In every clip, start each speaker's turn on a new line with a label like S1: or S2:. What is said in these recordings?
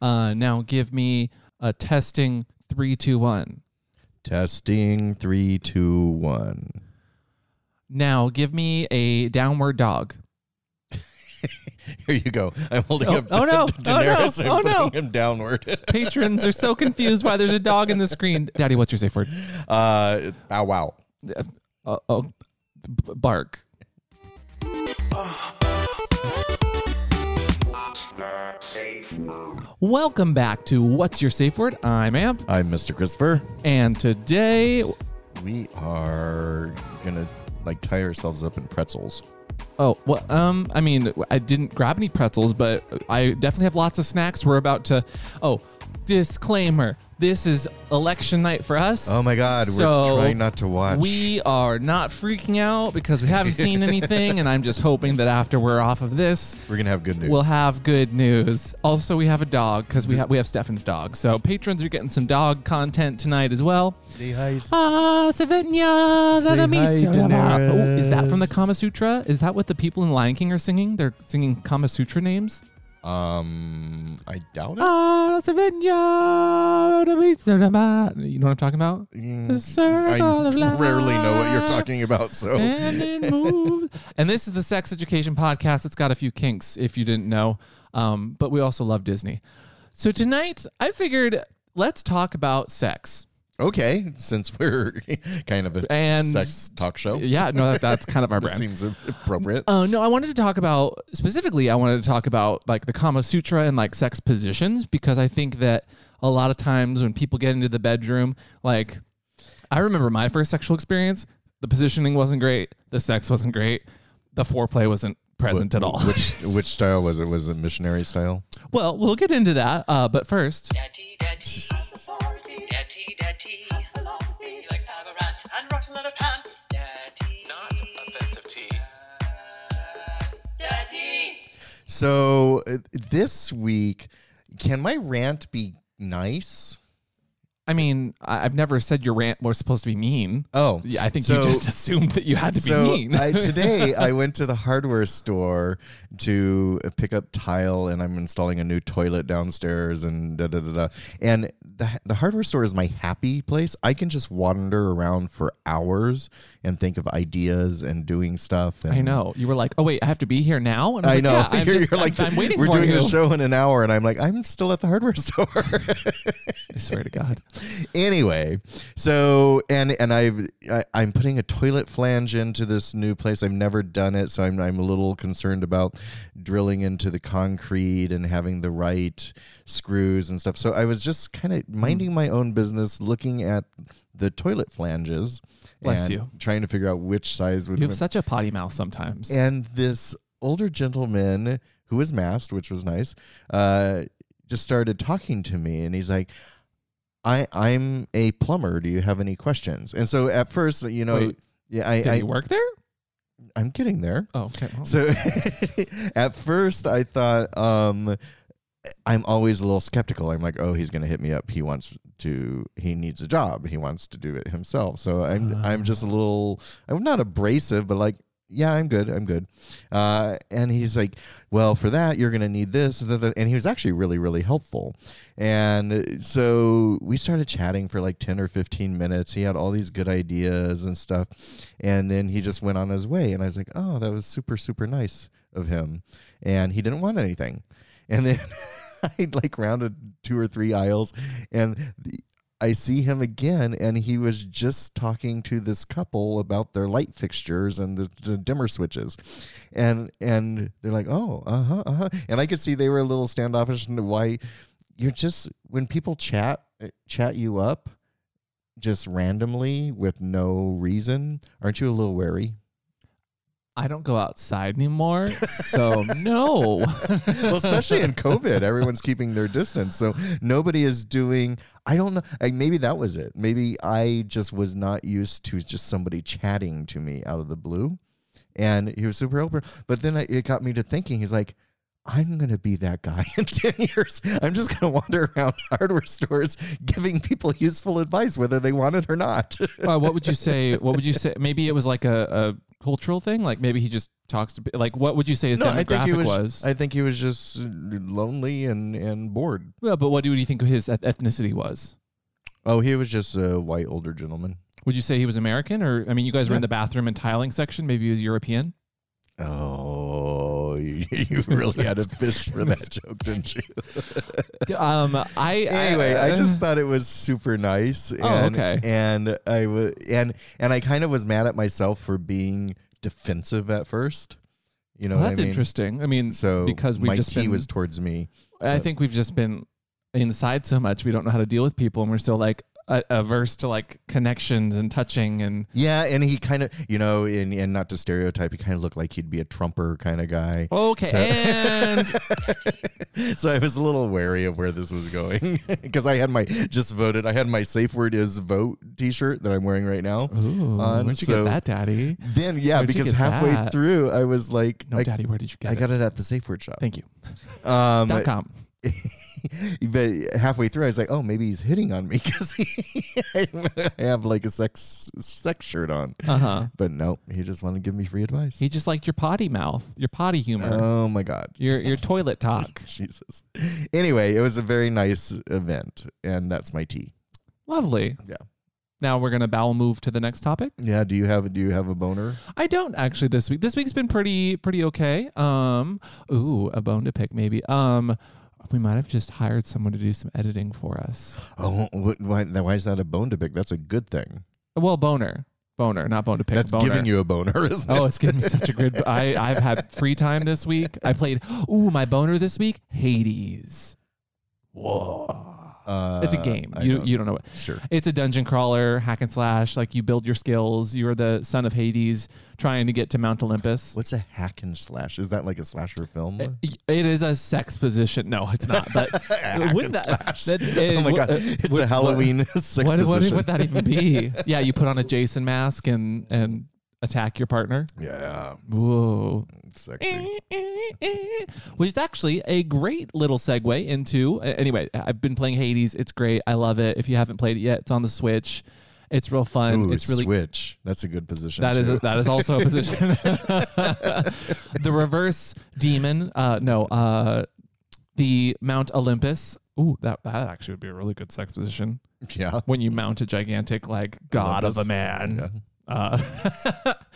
S1: Uh, now give me a testing three, two, one.
S2: Testing three, two, one.
S1: Now give me a downward dog.
S2: Here you go. I'm holding
S1: Oh,
S2: up.
S1: oh no. Oh no.
S2: Daenerys and
S1: Oh no.
S2: putting him downward.
S1: Patrons are so confused why there's a dog in the screen. Daddy, what's your safe word?
S2: Uh, bow wow.
S1: Uh, oh, b- bark. Welcome back to What's Your Safe Word? I'm Amp,
S2: I'm Mr. Christopher.
S1: and today,
S2: We are gonna like tie ourselves up in pretzels.
S1: oh, well, um, I mean, I didn't grab any pretzels, but I definitely have lots of snacks. We're about to, oh, disclaimer: this is election night for us.
S2: Oh my God!
S1: So,
S2: we're trying not to watch.
S1: We are not freaking out because we haven't seen anything, and I'm just hoping that after we're off of this,
S2: we're gonna have good news.
S1: we'll have good news. Also, we have a dog because we have we have Stefan's dog. So patrons are getting some dog content tonight as well.
S2: Say hi.
S1: Ah, Savinya,
S2: Say
S1: that'll be
S2: hi,
S1: so
S2: Daenerys.
S1: Oh, is that from the Kama Sutra? Is that what the people in Lion King are singing? They're singing Kama Sutra names.
S2: Um, I doubt it.
S1: Ah, Savinya, that'll be so You know what I'm talking about? The
S2: Mm,
S1: circle of
S2: I rarely know what you're
S1: life.
S2: talking about. So
S1: and it moves. And this is the sex education podcast. It's got a few kinks, if you didn't know. Um, but we also love Disney. So tonight, I figured let's talk about sex.
S2: okay, since we're kind of a
S1: And-
S2: sex talk show,
S1: Yeah, no, that, that's kind of our
S2: that
S1: brand.
S2: seems appropriate.
S1: Uh, no, I wanted to talk about specifically. I wanted to talk about like the Kama Sutra and like sex positions because I think that a lot of times when people get into the bedroom, like I remember my first sexual experience, the positioning wasn't great, the sex wasn't great, the foreplay wasn't present at all.
S2: which which style was it? Was it missionary style?
S1: Well, we'll get into that. Uh, but first,
S3: Daddy, daddy, daddy, daddy. He likes to have a rant and rotten leather pants. Daddy. Not offensive tea. Daddy.
S2: So uh, this week, can my rant be nice?
S1: I mean, I- I've never said your rant was supposed to be mean.
S2: Oh,
S1: Yeah, I think you
S2: So-
S1: just assumed that you had to
S2: so
S1: be mean.
S2: I, today I went to the hardware store to pick up tile, and I'm installing a new toilet downstairs, and da da da da. And the the hardware store is my happy place. I can just wander around for hours and think of ideas and doing stuff. And
S1: I know. You were like, "Oh wait, I have to be here now." And
S2: I
S1: I'm
S2: know.
S1: Like, yeah, I'm
S2: You're-
S1: just,
S2: you're
S1: like, I'm, I'm waiting
S2: We're
S1: for
S2: doing
S1: you.
S2: the show in an hour, and I'm like, I'm still at the hardware store.
S1: I swear to God.
S2: anyway so and and i've I, i'm putting a toilet flange into this new place i've never done it so I'm, I'm a little concerned about drilling into the concrete and having the right screws and stuff so i was just kind
S1: Hmm.
S2: of minding my own business looking at the toilet flanges
S1: Bless
S2: and
S1: you.
S2: trying to figure out which size would
S1: You have such a potty mouth sometimes.
S2: and this older gentleman who was masked, which was nice, uh, just started talking to me, and he's like, "I I'm a plumber. Do you have any questions?" And so at first, you know,
S1: Wait,
S2: yeah, I,
S1: Did
S2: I
S1: you work there?
S2: I'm getting there.
S1: Oh, okay. Well,
S2: So at first, I thought. Um, I'm always a little skeptical. I'm like, oh, he's going to hit me up. He wants to. He needs a job. He wants to do it himself. So I'm. I'm
S1: Ah.
S2: just a little. I'm not abrasive, but like, yeah, I'm good. I'm good. Uh, and he's like, well, for that, you're going to need this. da, da, da. And he was actually really, really helpful. And so we started chatting for like 10 or 15 minutes. He had all these good ideas and stuff. And then he just went on his way. And I was like, oh, that was super, super nice of him. And he didn't want anything. And then I like rounded two or three aisles and the- I see him again and he was just talking to this couple about their light fixtures and the, the dimmer switches. And and they're like, "Oh, uh-huh, uh-huh." And I could see they were a little standoffish and why you're just when people chat eh, chat you up just randomly with no reason, aren't you a little wary?
S1: I don't go outside anymore, so no.
S2: well, especially in COVID, everyone's keeping their distance, so nobody is doing. I don't know. I, maybe that was it. Maybe I just was not used to just somebody chatting to me out of the blue, and he was super open. But then I, it got me to thinking. He's like. I'm gonna be that guy in ten years. I'm just gonna wander around hardware stores giving people useful advice, whether they want it or not.
S1: Uh, what would you say? What would you say? Maybe it was like a, a cultural thing? Like maybe he just talks to like what would you say his
S2: no,
S1: demographic
S2: I think he was,
S1: was?
S2: I think he was just lonely and and bored.
S1: well, but what do you think his eth- ethnicity was?
S2: Oh, he was just a white older gentleman.
S1: Would you say he was American or I mean you guys were
S2: Yeah.
S1: in the bathroom and tiling section, maybe he was European?
S2: Oh, you, you really had a fish for that joke, didn't you?
S1: D- um I
S2: Anyway, I
S1: uh, Oh,
S2: just thought it was super nice. And,
S1: okay.
S2: And I wa and and I kind of was mad at myself for being defensive at first. You know,
S1: well,
S2: what
S1: that's
S2: I mean?
S1: interesting. I mean,
S2: So
S1: because we've
S2: my
S1: just
S2: tea
S1: been-
S2: was towards me.
S1: I think we've just been inside so much we don't know how to deal with people, and we're still like a- averse to like connections and touching and
S2: Yeah, and he kind of, you know, and, and not to stereotype, he kind of looked like he'd be a trumper kind of guy.
S1: okay
S2: So-
S1: and
S2: so I was a little wary of where this was going because I had my just voted. I had my safe word is vote T-shirt that I'm wearing right now.
S1: Ooh,
S2: on,
S1: where'd you
S2: so-
S1: get that, Daddy?
S2: Then yeah,
S1: Where'd you
S2: because
S1: get
S2: halfway
S1: that?
S2: through I was like,
S1: No,
S2: I,
S1: Daddy, where did you get
S2: I
S1: it?
S2: got it at the safe word shop.
S1: Thank you.
S2: Um,
S1: Dot com.
S2: but halfway through I was like, oh, maybe he's hitting on me because I have like a sex sex shirt on.
S1: Uh huh.
S2: But no, he just wanted to give me free advice.
S1: He just liked your potty mouth, your potty humor,
S2: Oh my god.
S1: your your toilet talk.
S2: Jesus. Anyway, it was a very nice event, and that's my tea.
S1: Lovely.
S2: Yeah.
S1: Now we're gonna bowel move to the next topic.
S2: Yeah. Do you have Do you have a boner?
S1: I don't actually this week. This week's been pretty pretty okay. Um, ooh, a bone to pick maybe. Um, we might have just hired someone to do some editing for us.
S2: Oh, wh- why, then why is that a bone to pick? That's a good thing.
S1: Well, boner, boner, not bone to pick.
S2: That's
S1: boner.
S2: giving you a boner, isn't it?
S1: Oh, it's giving me such a good. I I've had free time this week. I played. Ooh, my boner this week. Hades. Whoa.
S2: Uh,
S1: It's a game.
S2: I
S1: you
S2: don't-
S1: you don't know it.
S2: Sure.
S1: It's a dungeon crawler, hack and slash. Like you build your skills. You're the son of Hades, trying to get to Mount Olympus.
S2: What's a hack and slash? Is that like a slasher film?
S1: It- it is a sex position. No, it's not. But
S2: Hack
S1: wouldn't
S2: and
S1: that,
S2: slash.
S1: that-
S2: oh my
S1: uh,
S2: god!
S1: uh,
S2: It's
S1: would-
S2: a Halloween sex
S1: What, what
S2: position.
S1: would that even be? yeah, you put on a Jason mask and and attack your partner.
S2: yeah,
S1: Whoa. Eh,
S2: sexy.
S1: Which is actually a great little segue into. uh, Anyway, I've been playing Hades. It's great. I love it. If you haven't played it yet, it's on the Switch. It's real fun.
S2: Ooh,
S1: it's really
S2: switch. That's a good position.
S1: that is
S2: too.
S1: that is also a position. the reverse demon. Uh, no. Uh, the Mount Olympus. Ooh, that that actually would be a really good sex position
S2: yeah.
S1: when you mount a gigantic like god
S2: Olympus.
S1: of a man. Uh,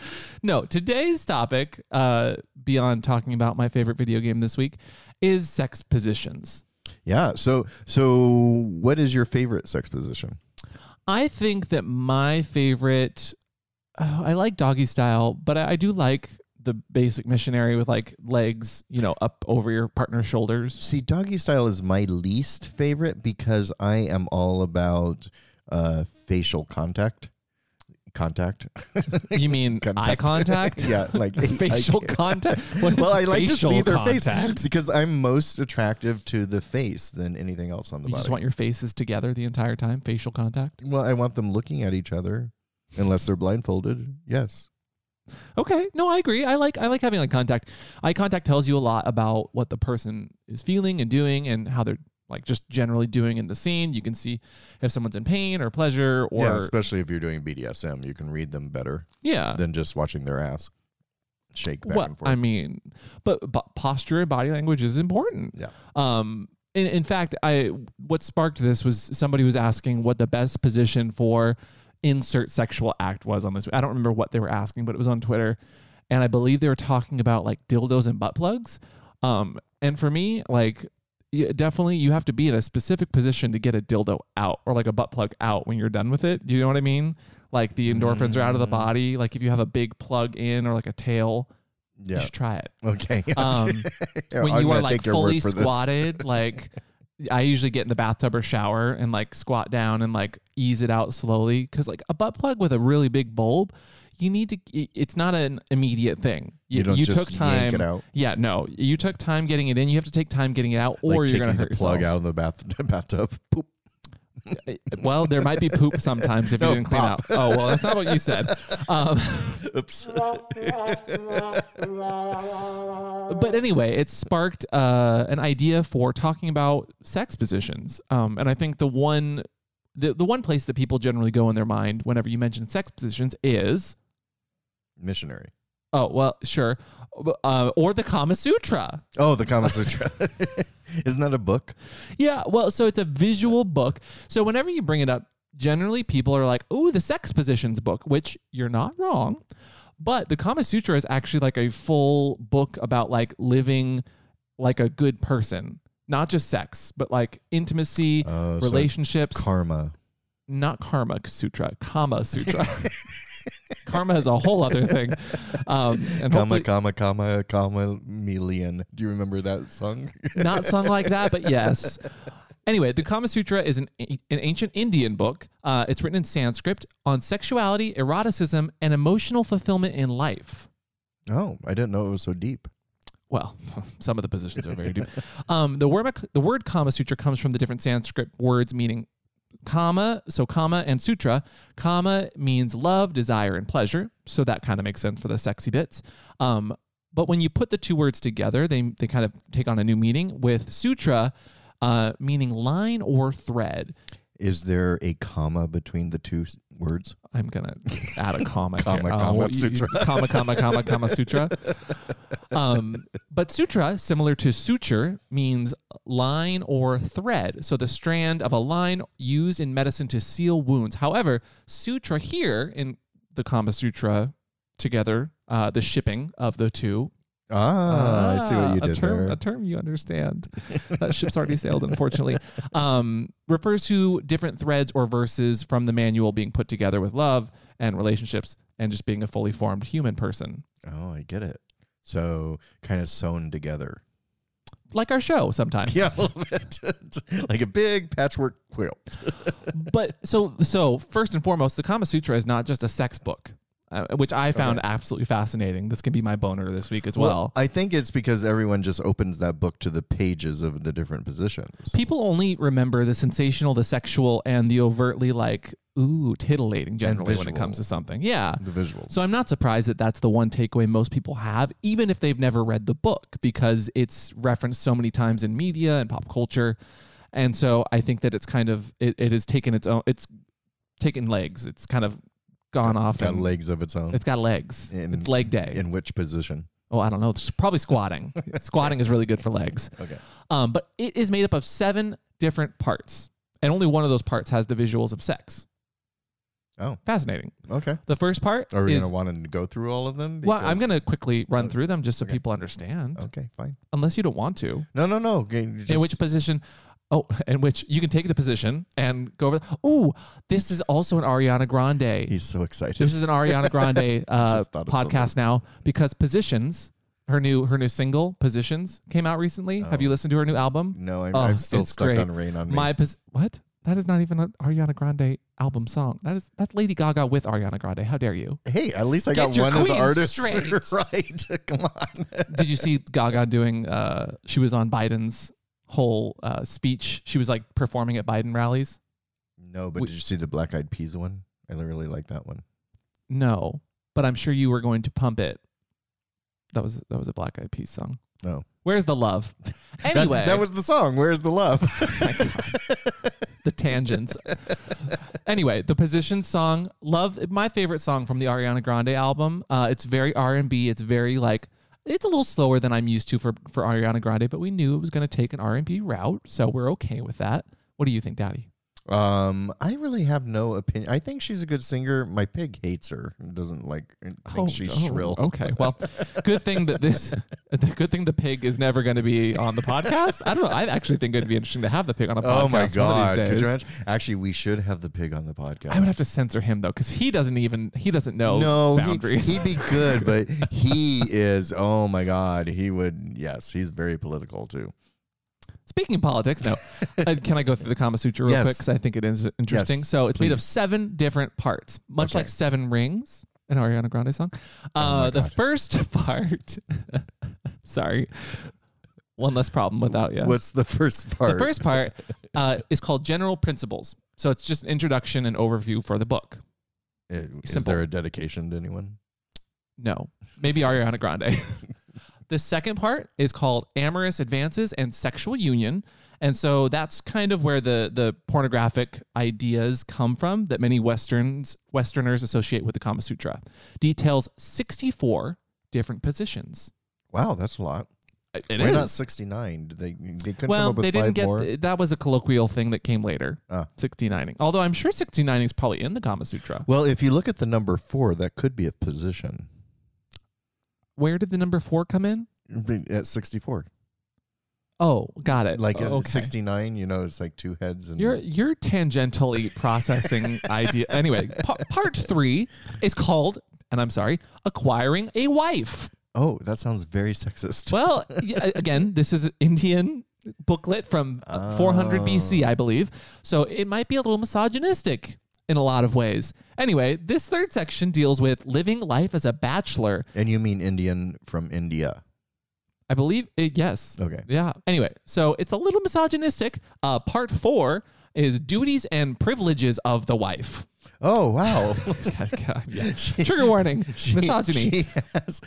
S1: no, today's topic, uh, beyond talking about my favorite video game this week, is sex positions.
S2: Yeah. So so what is your favorite sex position?
S1: I think that my favorite, oh, I like doggy style, but I, I do like the basic missionary with like legs, you know, up over your partner's shoulders.
S2: See, doggy style is my least favorite because I am all about uh, facial contact. Contact.
S1: You mean eye contact?
S2: yeah, like
S1: Facial contact. What is
S2: well, I like to
S1: facial
S2: see their
S1: contact?
S2: face because I'm most attractive to the face than anything else on the
S1: You
S2: body.
S1: just want your faces together the entire time, facial contact.
S2: well, I want them looking at each other, unless they're blindfolded. Yes.
S1: Okay. No, I agree. I like I like having eye contact. Eye contact tells you a lot about what the person is feeling and doing and how they're like just generally doing in the scene. You can see if someone's in pain or pleasure or
S2: yeah, especially if you're doing BDSM, you can read them better
S1: yeah.
S2: than just watching their ass shake
S1: Uh.
S2: back
S1: Well,
S2: and forth.
S1: I mean, but, but posture and body language is important.
S2: Yeah.
S1: Um. In, in fact, I what sparked this was somebody was asking what the best position for insert sexual act was on this. I don't remember what they were asking, but it was on Twitter, and I believe they were talking about like dildos and butt plugs. Um. And for me, like. y- definitely, you have to be in a specific position to get a dildo out or like a butt plug out when you're done with it. You know what I mean? Like the endorphins are out of the body. Like if you have a big plug in or like a tail, you
S2: yeah.
S1: should try it.
S2: Okay.
S1: Um,
S2: Yeah,
S1: when
S2: I'm
S1: you are
S2: gonna
S1: like
S2: take your word
S1: fully
S2: for this.
S1: squatted, like I usually get in the bathtub or shower and like squat down and like ease it out slowly because like a butt plug with a really big bulb, you need to. i- It's not an immediate thing. You,
S2: You don't just
S1: took time.
S2: yank it out?
S1: Yeah, no, you took time getting it in. You have to take time getting it out,
S2: Like
S1: or you're
S2: taking
S1: gonna
S2: the
S1: hurt
S2: plug
S1: yourself.
S2: out of the bath bathtub. Poop.
S1: Well, there might be poop sometimes if
S2: No,
S1: you didn't clean
S2: pop.
S1: up. Oh well, that's not what you said. Um,
S2: Oops.
S1: but anyway, it sparked uh, an idea for talking about sex positions, um, and I think the one, the, the one place that people generally go in their mind whenever you mention sex positions is
S2: Missionary.
S1: Oh well, sure. Uh, or the Kama Sutra.
S2: Oh, the Kama Sutra. Isn't that a book?
S1: Yeah, well, so it's a visual book. So whenever you bring it up, generally people are like, "Oh, the sex positions book," which you're not wrong. But the Kama Sutra is actually like a full book about like living like a good person, not just sex, but like intimacy,
S2: Oh, so
S1: relationships,
S2: Karma.
S1: not Karma Sutra, Kama Sutra. Karma is a whole other thing. Um, and
S2: Kama,
S1: hopefully,
S2: Kama, Kama, Kama, Million. Do you remember that song?
S1: not sung like that, but yes. Anyway, the Kama Sutra is an, an ancient Indian book. Uh, it's written in Sanskrit on sexuality, eroticism, and emotional fulfillment in life.
S2: oh, I didn't know it was so deep.
S1: Well, some of the positions are very deep. Um, the word the word Kama Sutra comes from the different Sanskrit words meaning Kama, so Kama and Sutra. Kama means love, desire, and pleasure. So that kind of makes sense for the sexy bits. Um, but when you put the two words together, they, they kind of take on a new meaning with Sutra uh, meaning line or thread.
S2: Is there a comma between the two s- words?
S1: I'm gonna add a comma. here.
S2: Comma,
S1: Uh,
S2: comma,
S1: well, you- you-
S2: sutra.
S1: comma, comma, comma, comma, sutra. Um, but sutra, similar to suture, means line or thread. So the strand of a line used in medicine to seal wounds. However, sutra here in the Kama Sutra, together, uh, the shipping of the two.
S2: Ah, I see what you
S1: Ah,
S2: did
S1: a term,
S2: there.
S1: A term you understand. that ship's already sailed, unfortunately. Um, refers to different threads or verses from the manual being put together with love and relationships and just being a fully formed human person,
S2: oh, I get it. So kind of sewn together.
S1: like our show sometimes.
S2: Yeah, a little bit. like a big patchwork quilt.
S1: But so so first and foremost, the Kama Sutra is not just a sex book, uh, which I found absolutely fascinating. This can be my boner this week as well.
S2: I think it's because everyone just opens that book to the pages of the different positions.
S1: People only remember the sensational, the sexual, and the overtly like ooh titillating generally when it
S2: visual.
S1: comes to something. Yeah,
S2: The visuals.
S1: So I'm not surprised that that's the one takeaway most people have, even if they've never read the book, because it's referenced so many times in media and pop culture. And so I think that it's kind of it, it has taken its own it's taken legs. It's kind of gone off
S2: got
S1: and
S2: legs of its own.
S1: it's got legs.
S2: In-
S1: it's leg day.
S2: In which position?
S1: oh, I don't know. It's probably squatting. squatting is really good for legs.
S2: Okay.
S1: Um, but it is made up of seven different parts, and only one of those parts has the visuals of sex.
S2: Oh.
S1: Fascinating.
S2: Okay.
S1: The first part
S2: Are we
S1: is
S2: going to want to go through all of them?
S1: Well, I'm
S2: Because- Oh,
S1: going to quickly run through them just so
S2: Okay.
S1: people understand,
S2: Okay, fine.
S1: unless you don't want to.
S2: No, no, no. Okay, you
S1: in
S2: just-
S1: which position? Oh, in which you can take the position and go over. Ooh, this is also an Ariana Grande.
S2: He's so excited.
S1: This is an Ariana Grande uh,
S2: just thought of something.
S1: podcast now because positions. Her new her new single positions came out recently. Have you listened to her new album?
S2: no, I'm,
S1: Oh,
S2: I'm still
S1: it's
S2: stuck
S1: great.
S2: on Rain on Oh. Me.
S1: My pos- what? That is not even an Ariana Grande album song. That is that's Lady Gaga with Ariana Grande. How dare you?
S2: hey, at least I
S1: Get
S2: got
S1: your
S2: one of the
S1: queen
S2: artists
S1: straight.
S2: right. Come on.
S1: Did you see Gaga doing? Uh, she was on Biden's whole uh, speech. She was like performing at Biden rallies.
S2: No, but
S1: We-
S2: did you see the Black Eyed Peas one? I really like that one.
S1: No, but I'm sure you were going to pump it. That was that was a Black Eyed Peas song.
S2: No.
S1: Where's the love?
S2: Oh. That-
S1: Anyway,
S2: that, was the song. Where's the love?
S1: the tangents. anyway, the position song, love, my favorite song from the Ariana Grande album. Uh, it's very R and B. It's very like it's a little slower than I'm used to for for Ariana Grande, but we knew it was going to take an R and B route, so we're okay with that. What do you think, Daddy?
S2: um, I really have no opinion. I think she's a good singer. My pig hates her. Doesn't like. uh, Think she's shrill.
S1: Oh, Okay, well, good thing that this, the good thing the pig is never going to be on the podcast. I don't know. I actually think it'd be interesting to have the pig on a podcast.
S2: Oh my
S1: One of
S2: god!
S1: these
S2: Could
S1: days.
S2: you imagine? Actually, we should have the pig on the podcast.
S1: I would have to censor him though, because he doesn't even he doesn't know
S2: no,
S1: boundaries.
S2: He, would be good, but he is. Oh my God, he would. Yes, he's very political too.
S1: Speaking of politics, no. Uh, can I go through the Kama Sutra real
S2: Yes.
S1: quick? Because I think it is interesting.
S2: Yes,
S1: so it's made of
S2: please.
S1: seven different parts, much
S2: Okay. Oh
S1: like Seven Rings, an Ariana Grande song. Uh,
S2: my
S1: the
S2: God.
S1: first part, sorry, one less problem without you.
S2: What's the first part?
S1: The first part uh, is called General Principles. So it's just an introduction and overview for the book.
S2: I- is
S1: simple.
S2: there a dedication to anyone?
S1: No, maybe Ariana Grande. the second part is called Amorous Advances and Sexual Union. And so that's kind of where the the pornographic ideas come from that many westerns westerners associate with the Kama Sutra. Details 64 different positions.
S2: Wow, that's a lot.
S1: It it
S2: We're
S1: is.
S2: not 69. They they couldn't come
S1: well,
S2: up with
S1: they didn't
S2: five
S1: get
S2: more.
S1: that was a colloquial thing that came later.
S2: Ah.
S1: 69ing. Although I'm sure 69ing is probably in the Kama Sutra.
S2: well, if you look at the number four, that could be a position
S1: Where did the number 4 come in?
S2: at 64.
S1: Oh, got it.
S2: Like uh, at
S1: okay.
S2: 69, you know, it's like two heads and
S1: You're you're tangentially processing idea. Anyway, pa- part three is called, and I'm sorry, acquiring a wife.
S2: oh, that sounds very sexist.
S1: Well, y- again, this is an Indian booklet from uh,
S2: Oh.
S1: 400 BC, I believe. So it might be a little misogynistic in a lot of ways. Anyway, this third section deals with living life as a bachelor.
S2: And you mean Indian from India?
S1: I believe it. Yes.
S2: Okay.
S1: Yeah. Anyway, so it's a little misogynistic. Uh, part four is duties and privileges of the wife.
S2: Oh wow!
S1: Yeah. Trigger warning, misogyny.
S2: She has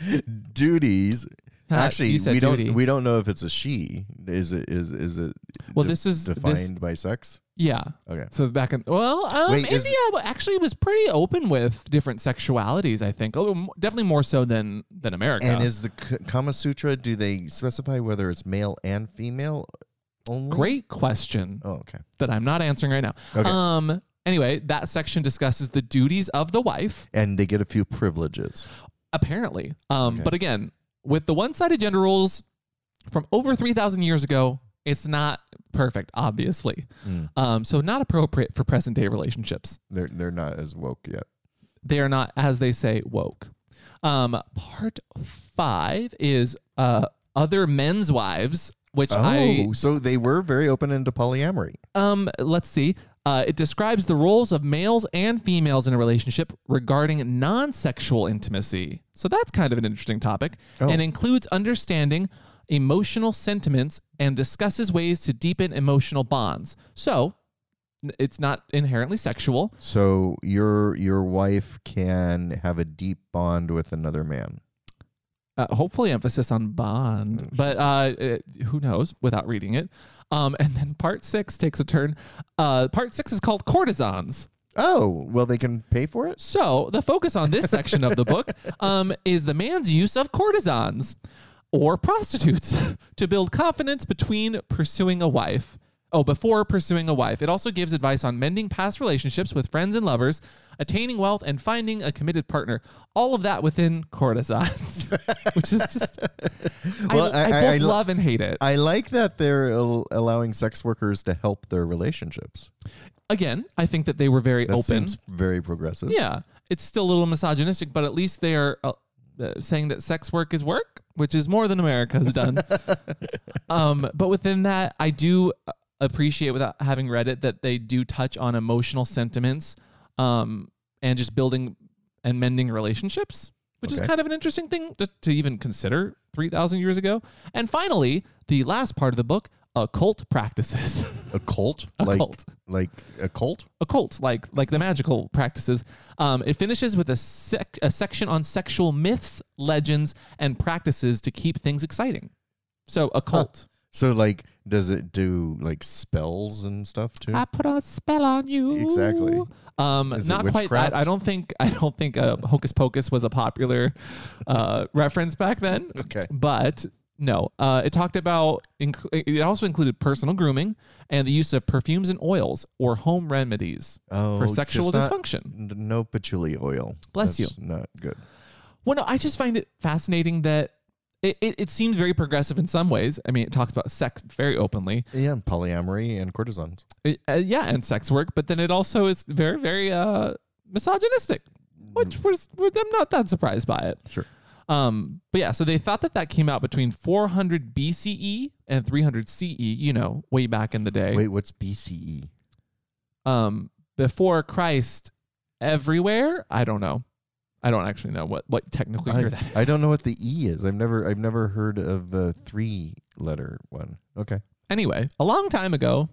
S2: duties.
S1: Ah,
S2: Actually,
S1: you said
S2: we don't
S1: duty.
S2: we don't know if it's a she. Is it is is it?
S1: Well,
S2: de-
S1: this is- this-
S2: defined by sex.
S1: yeah.
S2: Okay.
S1: So back in well, um,
S2: Wait,
S1: India
S2: is-
S1: actually was pretty open with different sexualities. I think, oh, m- definitely more so than than America.
S2: And is the K- Kama Sutra? Do they specify whether it's male and female only?
S1: great question
S2: Oh, okay.
S1: that I'm not answering right now.
S2: Okay.
S1: Um. Anyway, that section discusses the duties of the wife.
S2: And they get a few privileges.
S1: apparently. Um,
S2: Okay.
S1: But again, with the one-sided gender roles from over three thousand years ago, it's not perfect, obviously.
S2: Hmm.
S1: Um, so not appropriate for present-day relationships.
S2: They're they're not as woke yet.
S1: They are not, as they say, woke. Um, part five is uh, other men's wives, which
S2: Oh,
S1: I
S2: so they were very open into polyamory.
S1: um, let's see. Uh, it describes the roles of males and females in a relationship regarding non sexual intimacy. So that's kind of an interesting topic
S2: Oh.
S1: and includes understanding emotional sentiments and discusses ways to deepen emotional bonds. So n- it's not inherently sexual.
S2: So your your wife can have a deep bond with another man.
S1: Uh, hopefully, emphasis on bond, but uh, it- who knows without reading it. Um, and then part six takes a turn. Uh, part six is called Courtesans.
S2: Oh, well, they can pay for it.
S1: So the focus on this section of the book um, is the man's use of courtesans or prostitutes to build confidence between pursuing a wife. Oh, before pursuing a wife. It also gives advice on mending past relationships with friends and lovers, attaining wealth, and finding a committed partner. All of that within courtesans, which is just.
S2: Well,
S1: I, I,
S2: I- I-
S1: both
S2: I lo-
S1: love and hate it.
S2: I like that they're al- allowing sex workers to help their relationships.
S1: Again, I think that they were very
S2: That
S1: open.
S2: seems very progressive.
S1: Yeah, it's still a little misogynistic, but at least they are uh, uh, saying that sex work is work, which is more than America has done. um, but within that, I do uh, appreciate, without having read it, that they do touch on emotional sentiments um, and just building and mending relationships, which is
S2: Okay.
S1: kind of an interesting thing to, to even consider 3,000 years ago. And finally, the last part of the book occult practices.
S2: A cult,
S1: A
S2: like
S1: cult.
S2: like a cult.
S1: occult, like like the magical practices. Um, it finishes with a sec- a section on sexual myths, legends, and practices to keep things exciting. So occult.
S2: So like, does it do like spells and stuff too?
S1: I put a spell on you.
S2: Exactly.
S1: Um,
S2: Is it
S1: not quite. I,
S2: witchcraft?
S1: I don't think. I don't think uh, Hocus Pocus was a popular uh, reference back then.
S2: Okay.
S1: But no, uh, it talked about. Inc- it also included personal grooming and the use of perfumes and oils or home remedies
S2: Oh,
S1: for sexual
S2: just not-
S1: dysfunction.
S2: n- no patchouli oil.
S1: Bless
S2: That's Not good.
S1: Well, no, I just find it fascinating that it, it, it seems very progressive in some ways. I mean, it talks about sex very openly.
S2: Yeah, polyamory and courtesans.
S1: It- uh, yeah, and sex work, but then it also is very, very uh, misogynistic, which was, which I'm not that surprised by it.
S2: Mm. Sure.
S1: Um, but yeah, so they thought that that came out between 400 BCE E and 300 CE, E, you know, way back in the day.
S2: Wait, what's E? BCE?
S1: Um, before Christ, everywhere. I don't know. I don't actually know what, what technically
S2: I,
S1: year that is.
S2: I don't know what the E is. I've never I've never heard of a three letter one. Okay.
S1: anyway, a long time ago.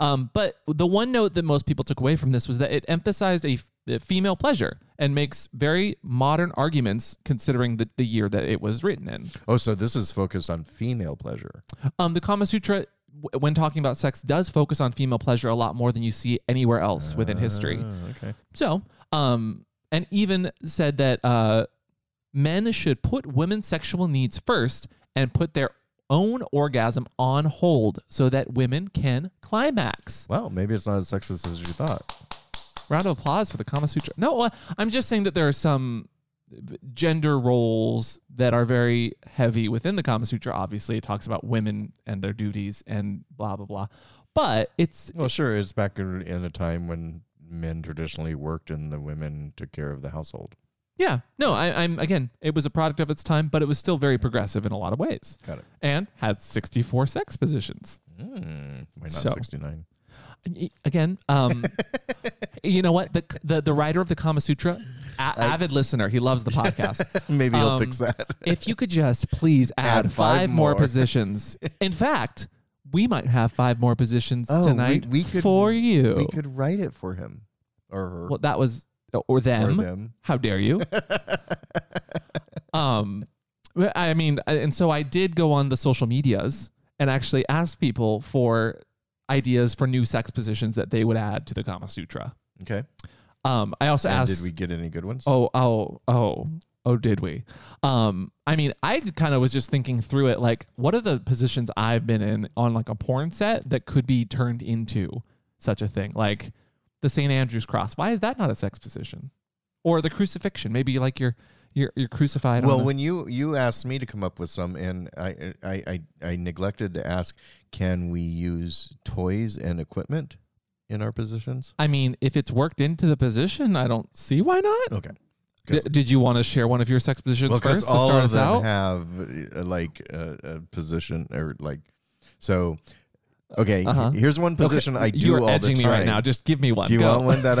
S1: Um, but the one note that most people took away from this was that it emphasized a, f- a female pleasure and makes very modern arguments considering the, the year that it was written in.
S2: Oh, so this is focused on female pleasure.
S1: Um, the Kama Sutra, w- when talking about sex, does focus on female pleasure a lot more than you see anywhere else
S2: Uh.
S1: within history.
S2: Ah, okay.
S1: So, um, and even said that uh, men should put women's sexual needs first and put their own orgasm on hold so that women can climax.
S2: Well, maybe it's not as sexist as you thought.
S1: Round of applause for the Kama Sutra. No, uh, I'm just saying that there are some gender roles that are very heavy within the Kama Sutra. Obviously, it talks about women and their duties and blah, blah, blah. But it's
S2: Well, sure, it's back in in a time when men traditionally worked and the women took care of the household.
S1: Yeah, no, I, I'm again. It was a product of its time, but it was still very progressive in a lot of ways,
S2: Got it.
S1: and had 64 sex positions.
S2: Mm, why not
S1: So-
S2: 69?
S1: And y- Again, um, you know what? The, the the writer of the Kama Sutra, a- avid listener, he loves the podcast.
S2: Maybe he'll
S1: Um,
S2: fix that.
S1: if you could just please add, five,
S2: Add five
S1: more.
S2: more.
S1: positions. In fact, we might have five more positions
S2: oh,
S1: tonight for you.
S2: We could write it for him or her.
S1: well, that was uh, or them.
S2: or them.
S1: How dare you? um, but I mean, uh, and so I did go on the social medias and actually asked people for ideas for new sex positions that they would add to the Kama Sutra.
S2: Okay.
S1: Um, I also
S2: And
S1: asked,
S2: did we get any good ones?
S1: oh, oh, oh, oh, did we? Um, I mean, I kind of was just thinking through it, like, what are the positions I've been in on like a porn set that could be turned into such a thing, like the St. Andrew's cross? Why is that not a sex position? Or the crucifixion? Maybe like you're you're you're crucified.
S2: well,
S1: on a-
S2: when you you asked me to come up with some, and I I, I I neglected to ask, can we use toys and equipment in our positions?
S1: I mean, if it's worked into the position, I don't see why not.
S2: Okay.
S1: D- did you want to share one of your sex positions
S2: Well,
S1: first
S2: because
S1: to
S2: all
S1: start
S2: of
S1: us
S2: them
S1: out?
S2: have uh, like a, a position or like so. Okay,
S1: Uh-huh.
S2: here's one
S1: Okay,
S2: position I do
S1: You're
S2: all
S1: edging
S2: the
S1: me
S2: time.
S1: right now. Just give me one.
S2: do you
S1: Go.
S2: want one that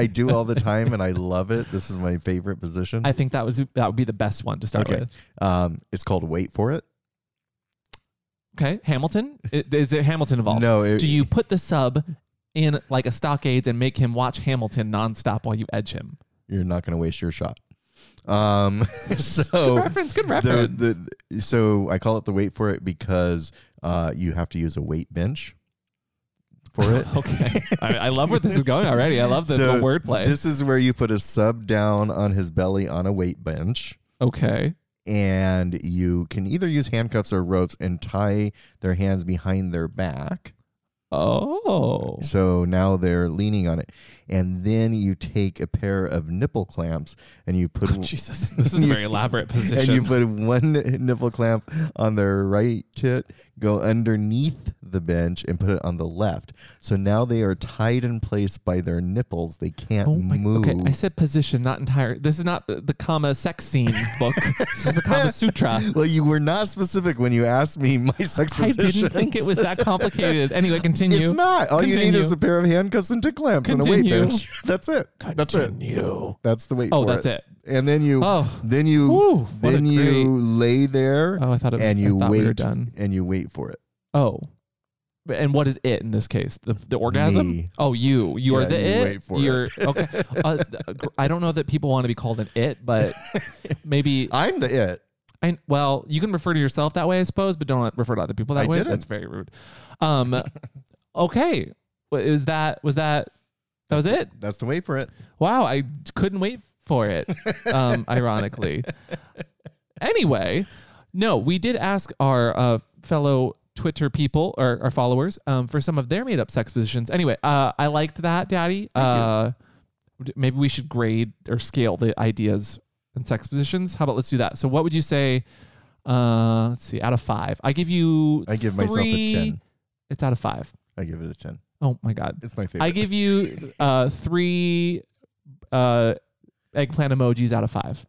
S2: I do all the time and I love it? This is my favorite position.
S1: I think that was that would be the best one to start
S2: okay,
S1: with.
S2: um, it's called wait for it.
S1: Okay, Hamilton. I- Is it Hamilton involved?
S2: No, it-
S1: Do you put the sub in like a stockades and make him watch Hamilton nonstop while you edge him?
S2: You're not going to waste your shot. Um, so
S1: Good reference. Good
S2: the,
S1: reference.
S2: the, so I call it the wait for it because uh, you have to use a weight bench for it.
S1: okay, I, I love where this is going already. I love the,
S2: So
S1: the wordplay.
S2: This is where you put a sub down on his belly on a weight bench,
S1: okay,
S2: and you can either use handcuffs or ropes and tie their hands behind their back.
S1: oh,
S2: So now they're leaning on it, and then you take a pair of nipple clamps and you put
S1: Jesus, this is a very elaborate position.
S2: and you put one nipple clamp on their right tit, go underneath the bench, and put it on the left. So now they are tied in place by their nipples. They can't
S1: Oh my,
S2: move.
S1: okay, I said position, not entire. This is not the, the comma sex scene book. this is the Kama Sutra.
S2: well, you were not specific when you asked me my sex
S1: I
S2: position.
S1: didn't think it was that complicated. Anyway, continue.
S2: It's not. All you need
S1: Continue.
S2: is a pair of handcuffs and tit clamps and a
S1: Continue.
S2: weight bench. That's it. That's it.
S1: Continue.
S2: That's the weight.
S1: Oh,
S2: for
S1: that's it.
S2: And then you,
S1: Oh.
S2: then you,
S1: Whew, what a
S2: then you
S1: great-
S2: lay there.
S1: Oh, I thought it was-
S2: and
S1: I
S2: you
S1: thought
S2: wait
S1: we were done.
S2: and you wait for it.
S1: Oh. But- And what is it in this case? The, the orgasm?
S2: Me.
S1: Oh, you. You are
S2: Yeah,
S1: the
S2: you
S1: it.
S2: wait for it.
S1: You're okay. Uh, th- gr- I don't know that people want to be called an it, but maybe
S2: I'm the it.
S1: I well, you can refer to yourself that way, I suppose, but don't refer to other people that
S2: I
S1: way.
S2: didn't.
S1: That's very rude. Um okay. Was that was that that was it?
S2: That's the wait for it.
S1: Wow, I couldn't wait for it. Um, ironically. Anyway, no, we did ask our uh, fellow Twitter people or our followers um, for some of their made up sex positions. Anyway, uh, I liked that, Daddy. Uh, d- maybe we should grade or scale the ideas and sex positions. How about let's do that? So, what would you say? Uh, let's see, out of five, I give you.
S2: I give myself a
S1: three-
S2: 10.
S1: It's out of five.
S2: I give it a ten.
S1: Oh my god.
S2: It's my favorite.
S1: I give you uh, three uh, eggplant emojis out of five.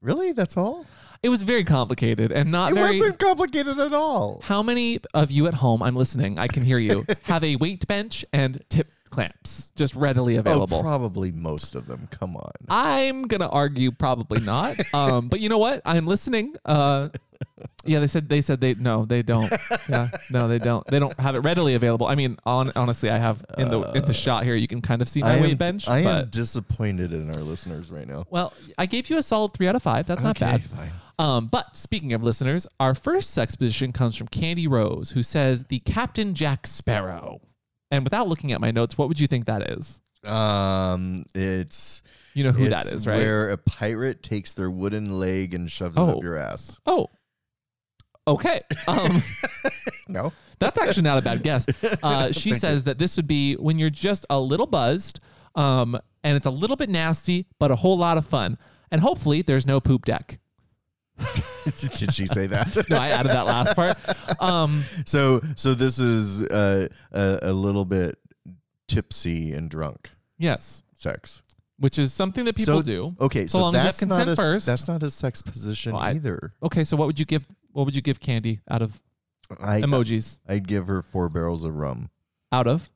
S2: really? That's all?
S1: It was very complicated and not
S2: it
S1: very.
S2: wasn't complicated at all.
S1: How many of you at home? I'm listening. I can hear you. have a weight bench and tip clamps, just readily available.
S2: Oh, probably most of them. Come on.
S1: I'm gonna argue probably not. Um, but you know what? I'm listening. Uh, yeah, they said they said they no, they don't. Yeah, no, they don't. They don't have it readily available. I mean, on, honestly, I have in the in the shot here. You can kind of see my
S2: Uh, I am,
S1: weight bench.
S2: I
S1: but,
S2: am disappointed in our listeners right now.
S1: Well, I gave you a solid three out of five. That's not bad.
S2: fine.
S1: Um, but speaking of listeners, our first sex position comes from Candy Rose, who says the Captain Jack Sparrow. And without looking at my notes, what would you think that is?
S2: Um, it's
S1: You know who
S2: It's
S1: that is, right?
S2: Where a pirate takes their wooden leg and shoves it
S1: Oh.
S2: up your ass.
S1: oh, okay. Um,
S2: No,
S1: That's actually not a bad guess. Uh, she says that this would be when you're just a little buzzed, um, and it's a little bit nasty, but a whole lot of fun. And hopefully, there's no poop deck.
S2: did she say that?
S1: No, I added that last part. Um,
S2: So, so this is uh, a, a little bit tipsy and drunk
S1: yes,
S2: sex.
S1: which is something that people
S2: so,
S1: do.
S2: Okay,
S1: So
S2: so,
S1: long as you have
S2: that's not
S1: consent
S2: a,
S1: first.
S2: That's not a sex position
S1: Well, I-
S2: either.
S1: Okay, so what would you give? What would you give Candy out of
S2: I,
S1: emojis?
S2: I'd give her four barrels of rum.
S1: Out of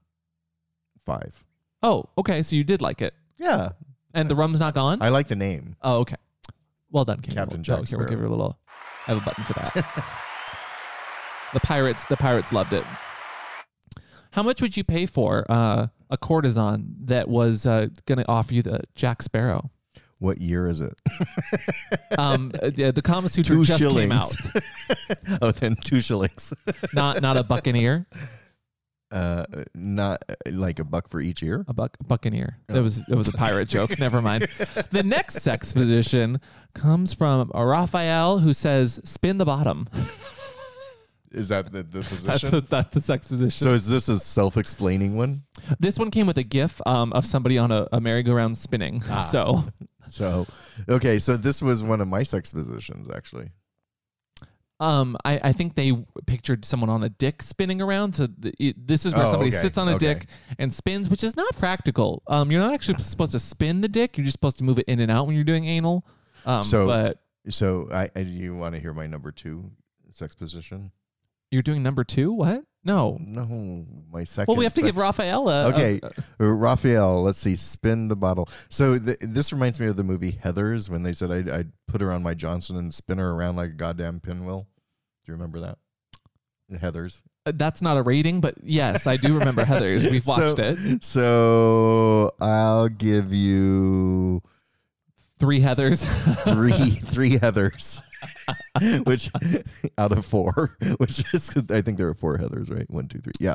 S2: Five.
S1: oh, okay, so you did like it,
S2: Yeah,
S1: and the rum's not gone.
S2: I like the name.
S1: Oh, okay. Well done, Candy.
S2: Captain
S1: We'll-
S2: Jack
S1: oh, here, we'll
S2: Sparrow.
S1: give her a little. I have a button for that. the pirates, the pirates loved it. How much would you pay for uh, a courtesan that was uh, going to offer you the Jack Sparrow?
S2: What year is it?
S1: Um, uh, the, the Kama Sutra
S2: Two
S1: just came out.
S2: shillings. oh, then two shillings.
S1: Not not a buccaneer,
S2: Uh, not uh, like a buck for each year.
S1: a buck a buccaneer. That was that was a pirate joke. Never mind. The next sex position comes from Raphael, who says, "Spin the bottom."
S2: Is that the, the
S1: That's
S2: position?
S1: the, that's the sex position.
S2: so is this a self-explaining one?
S1: This one came with a GIF um, of somebody on a, a merry-go-round spinning.
S2: Ah.
S1: So
S2: So, okay, so this was one of my sex positions actually.
S1: um, I, I think they pictured someone on a dick spinning around. So th- it, this is where
S2: Oh,
S1: somebody
S2: okay,
S1: sits on a dick and spins, which is not practical. Um, you're not actually supposed to spin the dick. You're just supposed to move it in and out when you're doing anal. Um,
S2: So-
S1: but
S2: So, I, I you want to hear my number two sex position?
S1: you're doing number two. What? No.
S2: No, my second.
S1: Well, we have to
S2: sex-
S1: give Rafaela.
S2: Okay, Uh, Raphael, let's see, spin the bottle. So th- this reminds me of the movie Heather's when they said I'd, I'd put her on my Johnson and spin her around like a goddamn pinwheel. Do you remember that? Heather's.
S1: that's not a rating, but yes, I do remember Heather's. We've watched
S2: so,
S1: it.
S2: So I'll give you
S1: Three Heathers.
S2: three three heathers which out of four which is i think there are four heathers right one two three yeah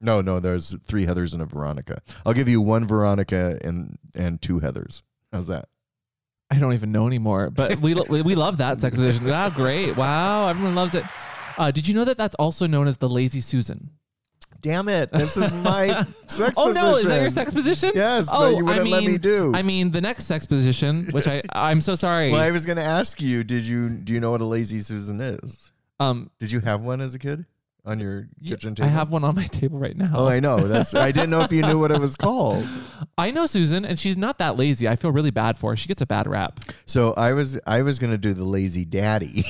S2: no no there's three heathers and a veronica i'll give you one veronica and and two heathers how's that
S1: I don't even know anymore, but we lo- we we love that sex position. Wow, great! Wow, everyone loves it. Uh, did you know that that's also known as the lazy Susan?
S2: damn it this is my sex
S1: Oh no, is that your
S2: position.
S1: sex position?
S2: Yes, that
S1: oh,
S2: you wouldn't let me do.
S1: I mean, the next sex position, which I I'm so sorry.
S2: well i was going to ask you did you do you know what a lazy susan is
S1: um,
S2: did you have one as a kid on your kitchen
S1: I
S2: table
S1: have one on my table right now.
S2: oh i know that's i didn't know if you knew what it was called
S1: I know Susan, and she's not that lazy. I feel really bad for her. She gets a bad rap.
S2: So I was I was gonna do the lazy daddy.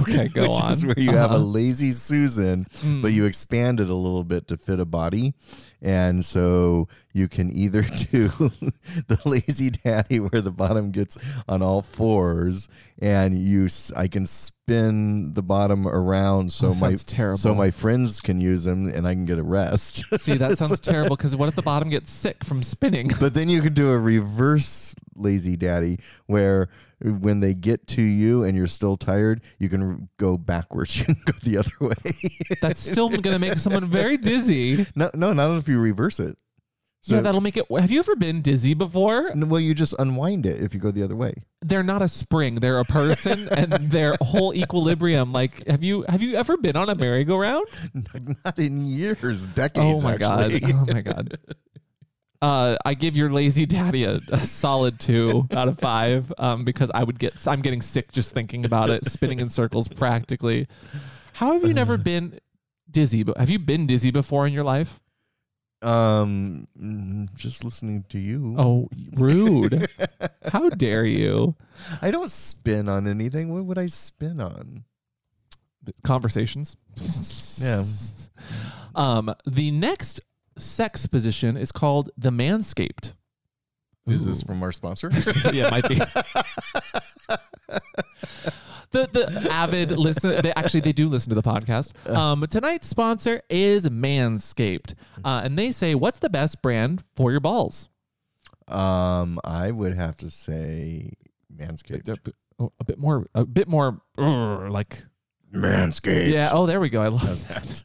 S1: Okay, go
S2: which
S1: on.
S2: is where you have a
S1: Uh-huh. Hmm.
S2: lazy Susan, but you expand it a little bit to fit a body, and so you can either do the lazy daddy where the bottom gets on all fours, and you s- I can spin the bottom around so
S1: That
S2: my
S1: Oh, sounds terrible.
S2: so my friends can use them and I can get a rest.
S1: See, that sounds terrible. Because what if the bottom gets sick from spinning?
S2: But then you could do a reverse lazy daddy where when they get to you and you're still tired, you can r- go backwards. You can go the other way.
S1: That's still going to make someone very dizzy.
S2: no, no, not if you reverse it. So,
S1: yeah, that'll make it. Have you ever been dizzy before?
S2: n- well, you just unwind it if you go the other way.
S1: they're not a spring they're a person and their whole equilibrium like have you have you ever been on a merry-go-round
S2: Not in years,
S1: oh
S2: decades.
S1: my god
S2: actually.
S1: oh my god uh, I give your lazy daddy a, a solid two out of five um, because I would get I'm getting sick just thinking about it, spinning in circles practically. How have you never been dizzy? But have you been dizzy before in your life?
S2: Um, mm, just listening to you.
S1: Oh, rude! How dare you?
S2: I don't spin on anything. What would I spin on?
S1: Conversations.
S2: Yeah.
S1: Um, the next sex position is called the manscaped.
S2: Is this from our sponsor?
S1: yeah, it might be. the the avid listener. They actually they do listen to the podcast. Um, tonight's sponsor is Manscaped,
S2: Mm-hmm.
S1: uh, and they say, "What's the best brand for your balls?"
S2: um, I would have to say Manscaped.
S1: They're A bit- oh, a bit more, a bit more, uh, like
S2: Manscaped.
S1: yeah. Oh, there we go. I love that.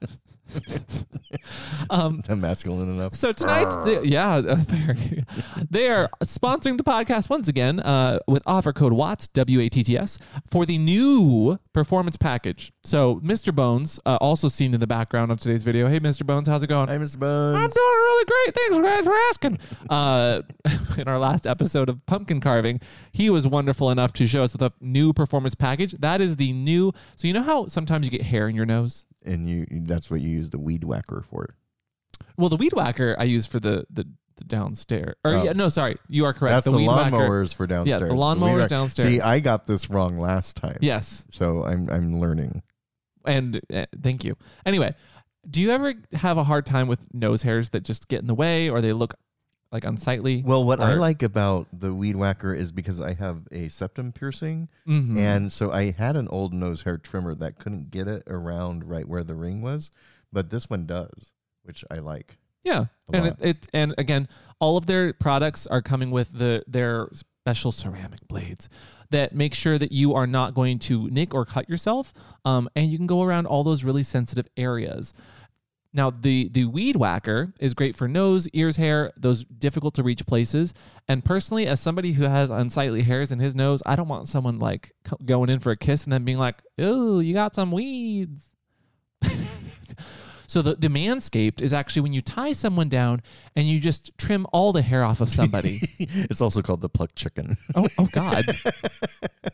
S1: um,
S2: I'm masculine enough.
S1: so tonight's the, yeah, uh, very- they are sponsoring the podcast once again uh, with offer code Watts W A T T S for the new performance package. So Mr. Bones, uh, also seen in the background of today's video. Hey, Mr. Bones, how's it going?
S2: Hi, Mr. Bones.
S1: I'm doing really great. Thanks, guys, for asking. Uh, in our last episode of pumpkin carving, he was wonderful enough to show us the new performance package. That is the new. So you know how sometimes you get hair in your nose.
S2: and you, you- that's what you use the weed whacker for.
S1: Well, the weed whacker I use for the the, the downstairs. Or
S2: Oh.
S1: yeah, no, sorry, you are correct.
S2: That's the,
S1: weed whacker.
S2: lawnmowers for
S1: Yeah,
S2: downstairs.
S1: the
S2: weed
S1: lawnmowers
S2: whacker.
S1: downstairs.
S2: See, I got this wrong last time.
S1: Yes,
S2: So I'm I'm learning.
S1: and uh, thank you. Anyway, do you ever have a hard time with nose hairs that just get in the way or they look like unsightly?
S2: Well, what I
S1: Or-
S2: like about the weed whacker is because I have a septum piercing,
S1: Mhm.
S2: and so I had an old nose hair trimmer that couldn't get it around right where the ring was, but this one does, which I like.
S1: Yeah,
S2: A
S1: and it,
S2: lot.
S1: it and again, all of their products are coming with the their special ceramic blades that make sure that you are not going to nick or cut yourself, um, and you can go around all those really sensitive areas. Now, the the weed whacker is great for nose, ears, hair, those difficult to reach places. And personally, as somebody who has unsightly hairs in his nose, I don't want someone like c- going in for a kiss and then being like, "Ooh, you got some weeds." So the, the manscaped is actually when you tie someone down and you just trim all the hair off of somebody.
S2: it's also called the pluck chicken.
S1: oh, oh God.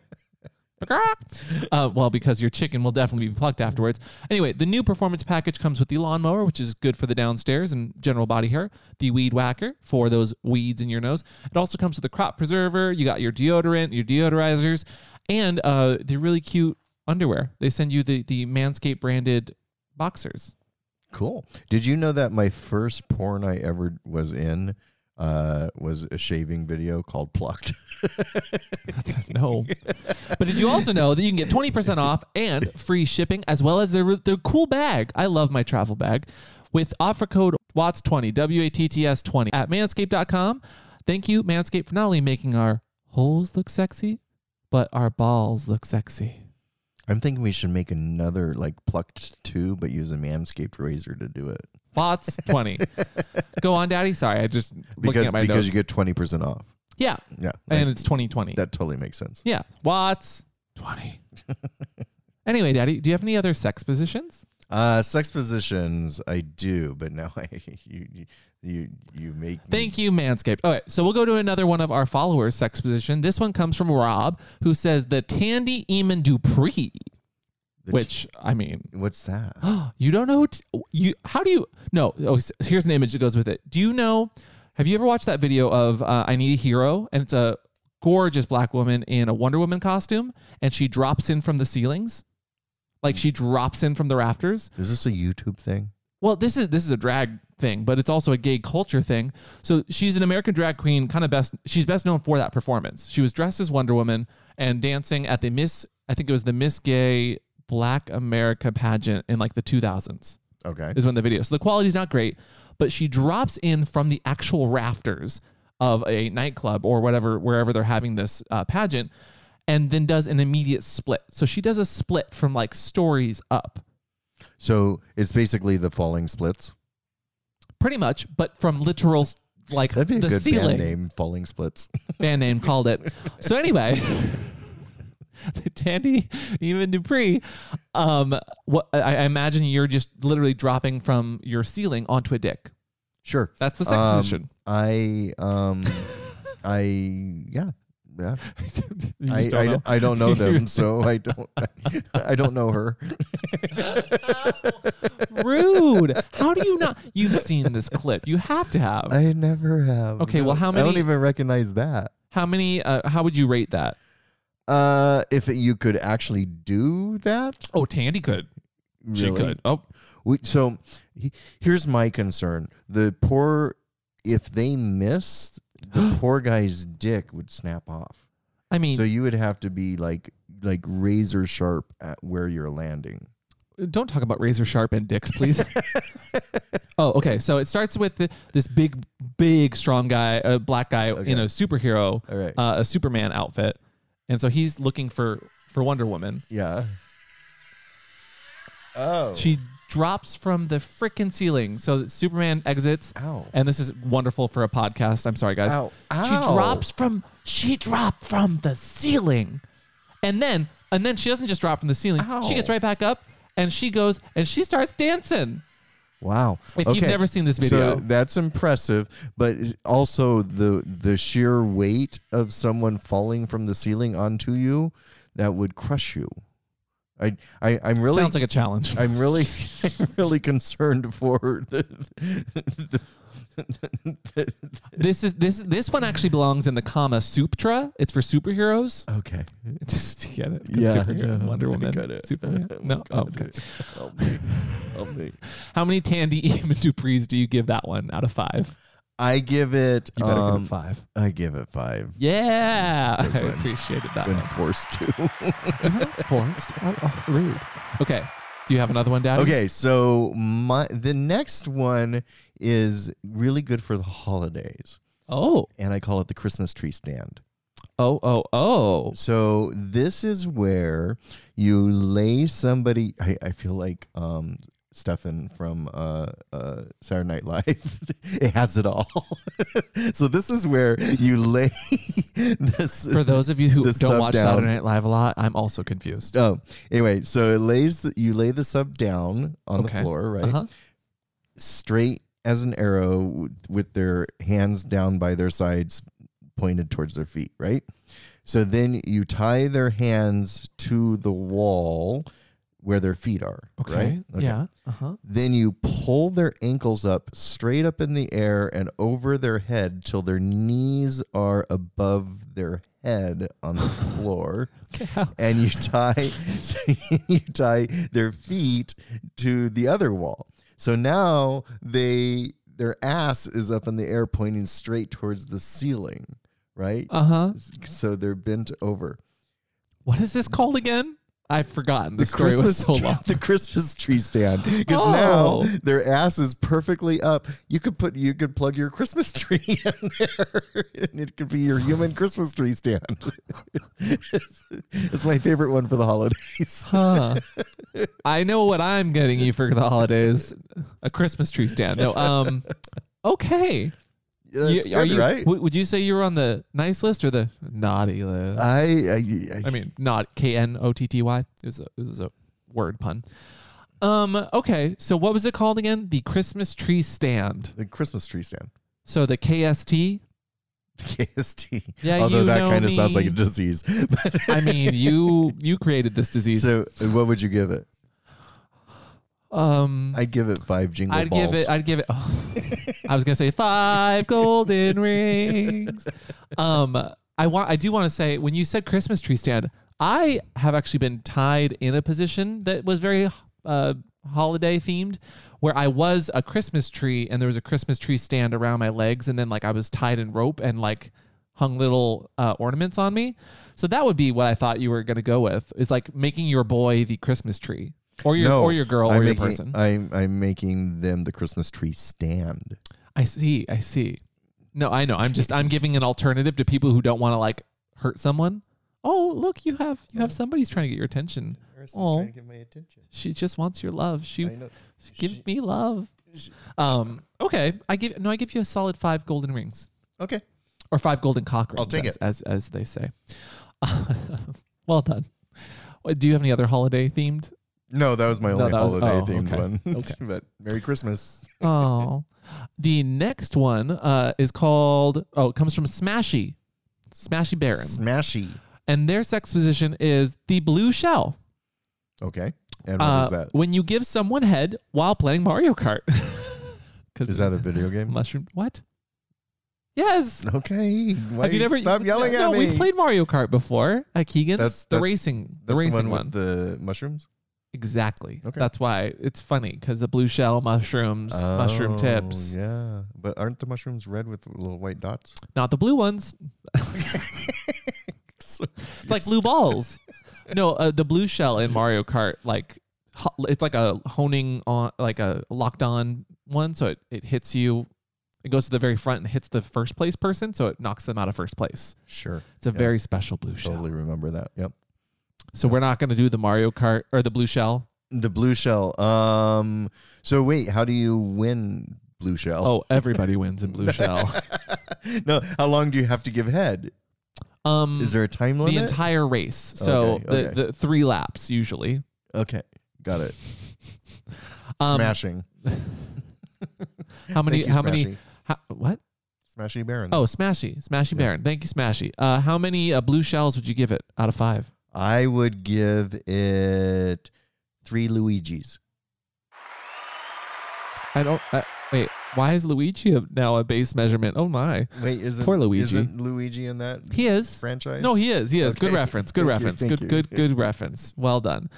S1: Uh, well, because your chicken will definitely be plucked afterwards. Anyway, the new performance package comes with the lawnmower, which is good for the downstairs and general body hair, the weed whacker for those weeds in your nose. It also comes with the crop preserver. You got your deodorant, your deodorizers, and uh, the really cute underwear. They send you the, the Manscaped branded boxers.
S2: Cool. Did you know that my first porn I ever was in uh, was a shaving video called Plucked?
S1: no. But did you also know that you can get 20% off and free shipping as well as their, their cool bag? I love my travel bag with offer code WATTS20, W A T T S 20 at manscaped.com. Thank you, Manscaped, for not only making our holes look sexy, but our balls look sexy.
S2: I'm thinking we should make another like Plucked two, but use a manscaped razor to do it
S1: WATTS20. Go on, Daddy. Sorry, I just looking
S2: because
S1: at my
S2: because
S1: notes.
S2: you get twenty percent off.
S1: yeah,
S2: Yeah,
S1: and
S2: like,
S1: it's 2020.
S2: that totally makes sense.
S1: yeah, WATTS 20. anyway, Daddy, do you have any other sex positions?
S2: Uh, sex positions, I do, but now I you you- you you make me-
S1: Thank you, Manscaped. All right, so we'll go to another one of our followers' sex position. This one comes from Rob, who says the Tandy Eamon Dupree,
S2: the t-
S1: which I mean,
S2: what's that?
S1: you don't know who t- you. How do you? No. Oh, s- here's an image that goes with it. Do you know? Have you ever watched that video of uh, "I Need a Hero"? And it's a gorgeous black woman in a Wonder Woman costume, and she drops in from the ceilings, like she drops in from the rafters.
S2: Is this a YouTube thing?
S1: Well, this is this is a drag thing, but it's also a gay culture thing. So she's an American drag queen, kind of best. She's best known for that performance. She was dressed as Wonder Woman and dancing at the Miss. I think it was the Miss Gay Black America pageant in like the 2000s
S2: Okay,
S1: is when the video. So the quality's not great, but she drops in from the actual rafters of a nightclub or whatever, wherever they're having this uh, pageant, and then does an immediate split. So she does a split from like stories up.
S2: so it's basically the falling splits.
S1: pretty much, but from literal like
S2: That'd be a
S1: the
S2: good
S1: ceiling.
S2: band name, Falling Splits.
S1: Band name called it. So anyway, the Tandy even Dupree. Um, what I, I imagine you're just literally dropping from your ceiling onto a dick.
S2: Sure.
S1: That's the sex
S2: Um,
S1: position.
S2: I um I yeah. Yeah.
S1: You just
S2: I,
S1: don't
S2: I,
S1: know.
S2: I don't know
S1: You-
S2: them, so I don't I don't know her.
S1: Rude. How do you not? You've seen this clip. You have to have.
S2: I never have.
S1: Okay, well, how
S2: I don't
S1: many-
S2: even recognize that.
S1: how many? Uh, how would you rate that?
S2: Uh if you could actually do that?
S1: Oh, Tandy could. She
S2: really?
S1: could. Oh,
S2: We, so he, here's my concern. The poor if they missed, the poor guy's dick would snap off.
S1: I mean,
S2: So you would have to be like like razor sharp at where you're landing.
S1: don't talk about razor sharp and dicks, please. oh, okay. So it starts with the, this big, big, strong guy, a black guy in a superhero,
S2: All right.
S1: uh, a Superman outfit, and so he's looking for for Wonder Woman.
S2: Yeah. Oh.
S1: She drops from the freaking ceiling. So Superman exits.
S2: Ow.
S1: And this is wonderful for a podcast. I'm sorry, guys.
S2: Ow.
S1: She
S2: Ow.
S1: drops from she dropped from the ceiling. And then and then she doesn't just drop from the ceiling. She gets
S2: Ow.
S1: right back up and she goes and she starts dancing.
S2: Wow.
S1: If you've never seen this video.
S2: So that's impressive, but also the the sheer weight of someone falling from the ceiling onto you that would crush you. I, I I'm really
S1: Sounds like a challenge.
S2: I'm really I'm really concerned for the, the,
S1: this is this this one actually belongs in the Kama Sutra. It's for superheroes.
S2: Okay.
S1: Just get it? 'Cause
S2: Yeah,
S1: superhero,
S2: yeah,
S1: Wonder
S2: I
S1: Woman,
S2: got it.
S1: Superman.
S2: Oh my
S1: no, oh,
S2: God.
S1: okay.
S2: Help me. Help me.
S1: How many Tandy Eamon Dupree's do you give that one out of five?
S2: I give it
S1: You better give
S2: um,
S1: it five.
S2: I give it 5
S1: Yeah, I
S2: one.
S1: appreciated that
S2: when
S1: one.
S2: forced to.
S1: Forced. Oh, oh, rude. Okay. Do you have another one, Daddy?
S2: Okay, so my the next one is really good for the holidays,
S1: Oh,
S2: and I call it the Christmas tree stand.
S1: oh, oh, oh.
S2: So this is where you lay somebody. I, I feel like um, Stefan from uh, uh, Saturday Night Live. it has it all. so this is where you lay this
S1: For those of you who
S2: The
S1: don't
S2: sub
S1: watch
S2: down.
S1: Saturday Night Live a lot, I'm also confused.
S2: Oh, anyway, so it lays the, you lay the sub down on
S1: Okay.
S2: the floor, right?
S1: Uh-huh.
S2: straight as an arrow with- with their hands down by their sides pointed towards their feet, right? So then you tie their hands to the wall where their feet are.
S1: Okay.
S2: right?
S1: Yeah. Uh-huh.
S2: Then you pull their ankles up straight up in the air and over their head till their knees are above their head on the floor
S1: Okay. how-
S2: and you tie so you tie their feet to the other wall. So now they their ass is up in the air pointing straight towards the ceiling, right?
S1: Uh-huh.
S2: So they're bent over.
S1: What is this called again? I've forgotten. The,
S2: The
S1: story
S2: Christmas
S1: was so
S2: tree-
S1: long.
S2: the Christmas tree stand because
S1: Oh.
S2: now their ass is perfectly up. You could put you could plug your Christmas tree in there, and it could be your human Christmas tree stand. it's, it's my favorite one for the holidays.
S1: Huh. I know what I'm getting you for the holidays. A Christmas tree stand. No. Um okay.
S2: Yeah, it's
S1: You- are
S2: good,
S1: you,
S2: right?
S1: w- would you say you were on the nice list or the naughty list?
S2: I, I,
S1: I mean, not K N O T T Y. It was a it was a word pun. Um. Okay. So what was it called again? The Christmas tree stand.
S2: the Christmas tree stand.
S1: So the KST.
S2: KST.
S1: Yeah,
S2: Although
S1: you
S2: that
S1: know
S2: kind of sounds like a
S1: me.
S2: disease. But
S1: I mean, you you created this disease.
S2: so, uh, what would you give it?
S1: um.
S2: I'd give it five jingle
S1: I'd
S2: balls.
S1: give it. I'd give it. oh. I was gonna say five golden rings. Um, I want. I do want to say when you said Christmas tree stand, I have actually been tied in a position that was very uh, holiday themed, where I was a Christmas tree and there was a Christmas tree stand around my legs, and then like I was tied in rope and like hung little uh, ornaments on me. So that would be what I thought you were gonna go with is like making your boy the Christmas tree. Or your or your girl
S2: I'm
S1: or your
S2: making-
S1: person.
S2: I'm, I'm making them the Christmas tree stand.
S1: I see. I see. No, I know. I'm just I'm giving an alternative to people who don't want to like hurt someone. Oh, look, you have you have somebody's trying to get your attention. Oh,
S2: give my attention.
S1: she just wants your love. She, she give me love. Um. Okay. I give no. I give you a solid five golden rings
S2: Okay.
S1: or five golden cock rings.
S2: I'll take
S1: as,
S2: it.
S1: as as they say. well done. Uh, Do you have any other holiday themed?
S2: No, that was my
S1: No,
S2: only
S1: that was-
S2: holiday
S1: oh,
S2: themed
S1: okay.
S2: one.
S1: Okay.
S2: but Merry Christmas.
S1: Oh. The next one uh, is called oh, it comes from Smashy. Smashy Baron.
S2: Smashy.
S1: and their sex position is the blue shell.
S2: Okay. And what
S1: Uh,
S2: is that?
S1: When you give someone head while playing Mario Kart. 'Cause
S2: Is that a video game?
S1: mushroom? What? Yes.
S2: Okay. Why
S1: Have you never
S2: stop yelling
S1: no, no,
S2: at me?
S1: We've played Mario Kart before at Keegan's.
S2: That's-
S1: the
S2: that's-
S1: racing, the
S2: That's the,
S1: racing
S2: one,
S1: one.
S2: with the mushrooms.
S1: exactly.
S2: Okay.
S1: That's why it's funny because the blue shell, mushrooms, mushroom
S2: Oh,
S1: tips,
S2: Yeah, but aren't the mushrooms red with little white dots?
S1: not the blue ones. It's like blue balls. no, uh, the blue shell in Mario Kart, like ho- it's like a honing on, like a locked on one. So it, it hits you. It goes to the very front and hits the first place person, so it knocks them out of first place.
S2: Sure,
S1: It's a
S2: Yeah.
S1: very special blue shell.
S2: totally remember that. Yep.
S1: So we're not going to do the Mario Kart or the blue shell.
S2: The blue shell. Um. So wait, how do you win blue shell?
S1: Oh, everybody wins in Blue Shell.
S2: no. How long do you have to give head?
S1: Um,
S2: Is there a time limit?
S1: the entire race? So
S2: Okay, okay.
S1: The, the three laps usually.
S2: okay, got it.
S1: Um,
S2: smashing.
S1: How many?
S2: Thank you,
S1: how
S2: Smashy.
S1: many? How, what?
S2: Smashy Baron.
S1: Oh, Smashy, Smashy Baron. Thank you, Smashy. Uh, how many uh, blue shells would you give it out of five?
S2: I would give it three Luigi's.
S1: I don't. Uh, wait, why is Luigi a, now a base measurement? Oh my,
S2: Wait, isn't
S1: Poor Luigi.
S2: Isn't Luigi in that
S1: he is.
S2: franchise?
S1: No, he is. He is. Good
S2: Okay.
S1: reference. Good
S2: Thank you,
S1: reference.
S2: thank
S1: good,
S2: you.
S1: good, good reference. Well done.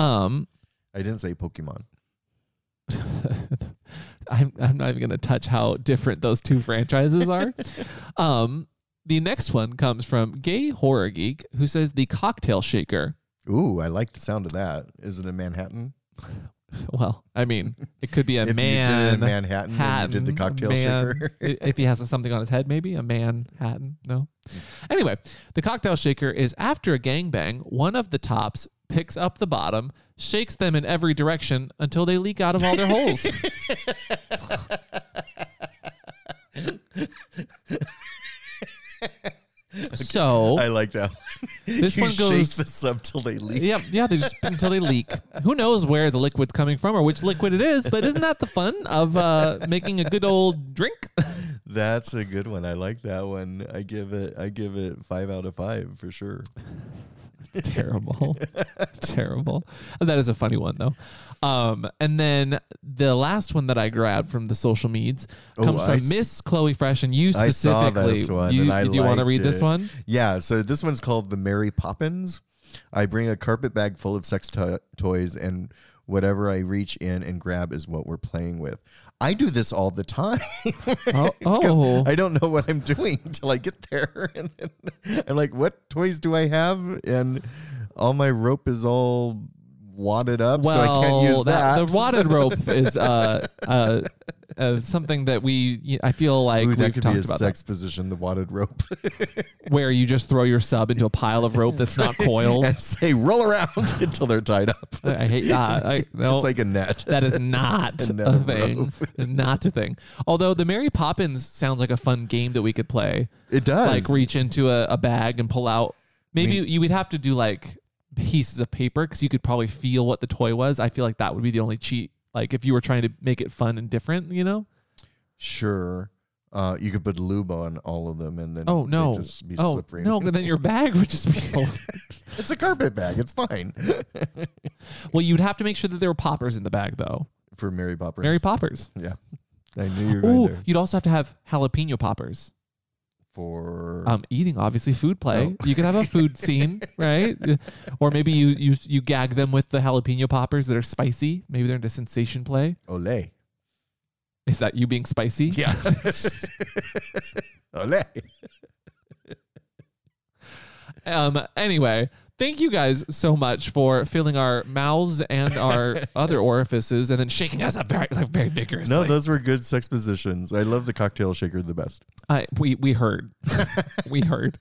S1: Um,
S2: I didn't say Pokemon.
S1: I'm, I'm not even going to touch how different those two franchises are. um, the next one comes from Gay Horror Geek, who says the cocktail shaker.
S2: Ooh, I like the sound of that. Is it in Manhattan?
S1: Well, I mean, it could be a
S2: if
S1: man.
S2: you did it in Manhattan, and you did the
S1: Hatton,
S2: cocktail
S1: man-
S2: shaker.
S1: i- if he has something on his head, maybe a man Hatton. No.
S2: Mm.
S1: Anyway, the cocktail shaker is after a gangbang, one of the tops picks up the bottom, shakes them in every direction until they leak out of all their holes. So
S2: I like that. One.
S1: This
S2: you
S1: one
S2: shake
S1: goes-
S2: the sub till they leak.
S1: Yeah, yeah, they just until they leak. Who knows where the liquid's coming from or which liquid it is? But isn't that the fun of uh, making a good old drink?
S2: That's a good one. I like that one. I give it. I give it five out of five for sure.
S1: Terrible, terrible. That is a funny one though. Um, and then the last one that I grabbed from the social meds
S2: Oh,
S1: comes
S2: I
S1: from
S2: s-
S1: Miss Chloe Fresh, and you
S2: I saw
S1: specifically.
S2: this one.
S1: you,
S2: and I
S1: do you want to
S2: liked
S1: read this
S2: it.
S1: one?
S2: Yeah. So this one's called the Mary Poppins. I bring a carpet bag full of sex to- toys, and whatever I reach in and grab is what we're playing with. I do this all the time.
S1: Oh,
S2: 'Cause
S1: oh.
S2: I don't know what I'm doing until I get there. And then I'm like, what toys do I have? And all my rope is all wadded up, so I can't use that.
S1: the wadded rope is uh, uh, uh, something that we. I feel like
S2: Ooh, that
S1: we've
S2: could be
S1: talked
S2: a
S1: about that.
S2: sex position, the wadded rope.
S1: where you just throw your sub into a pile of rope that's not coiled.
S2: and say, roll around until they're tied up.
S1: Uh, I hate that. I, no,
S2: It's like a net.
S1: that is not
S2: Another
S1: a thing. not a thing. Although the Mary Poppins sounds like a fun game that we could play.
S2: It does.
S1: Like reach into a, a bag and pull out. Maybe you would have to do like pieces of paper because you could probably feel what the toy was. I feel like that would be the only cheat. Like if you were trying to make it fun and different, you know?
S2: Sure. Uh, you could put lube on all of them and then
S1: Oh
S2: they'd
S1: no!
S2: just be
S1: oh
S2: slippery.
S1: no! Then your bag would just be. full.
S2: It's a carpet bag. It's fine.
S1: well, you'd have to make sure that there were poppers in the bag, though.
S2: For Mary Poppins.
S1: Mary Poppers.
S2: yeah. I knew you were going
S1: Ooh,
S2: there.
S1: you'd also have to have jalapeno poppers.
S2: For
S1: Um, eating obviously food play. You could have a food scene, right? Or maybe you you you gag them with the jalapeno poppers that are spicy. Maybe they're into sensation play.
S2: Olay.
S1: Is that you being spicy?
S2: Yeah. Olay.
S1: Um. Anyway. Thank you guys so much for filling our mouths and our other orifices, and then shaking us up very, like, very vigorously.
S2: No, those were good sex positions. I love the cocktail shaker the best.
S1: I we we heard, we heard.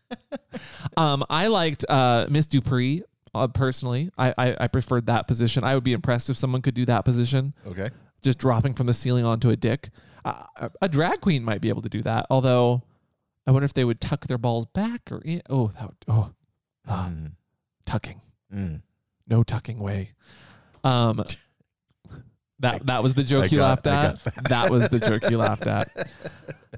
S1: Um, I liked uh, Miss Dupree uh, personally. I, I I preferred that position. I would be impressed if someone could do that position,
S2: Okay.
S1: just dropping from the ceiling onto a dick. Uh, a drag queen might be able to do that. Although, I wonder if they would tuck their balls back or in. Oh, that would, oh,
S2: Hmm.
S1: ah,
S2: Um,
S1: tucking. No tucking way. Um, that that was the joke
S2: I
S1: you
S2: got-
S1: laughed
S2: I
S1: at. That. was the joke you laughed at.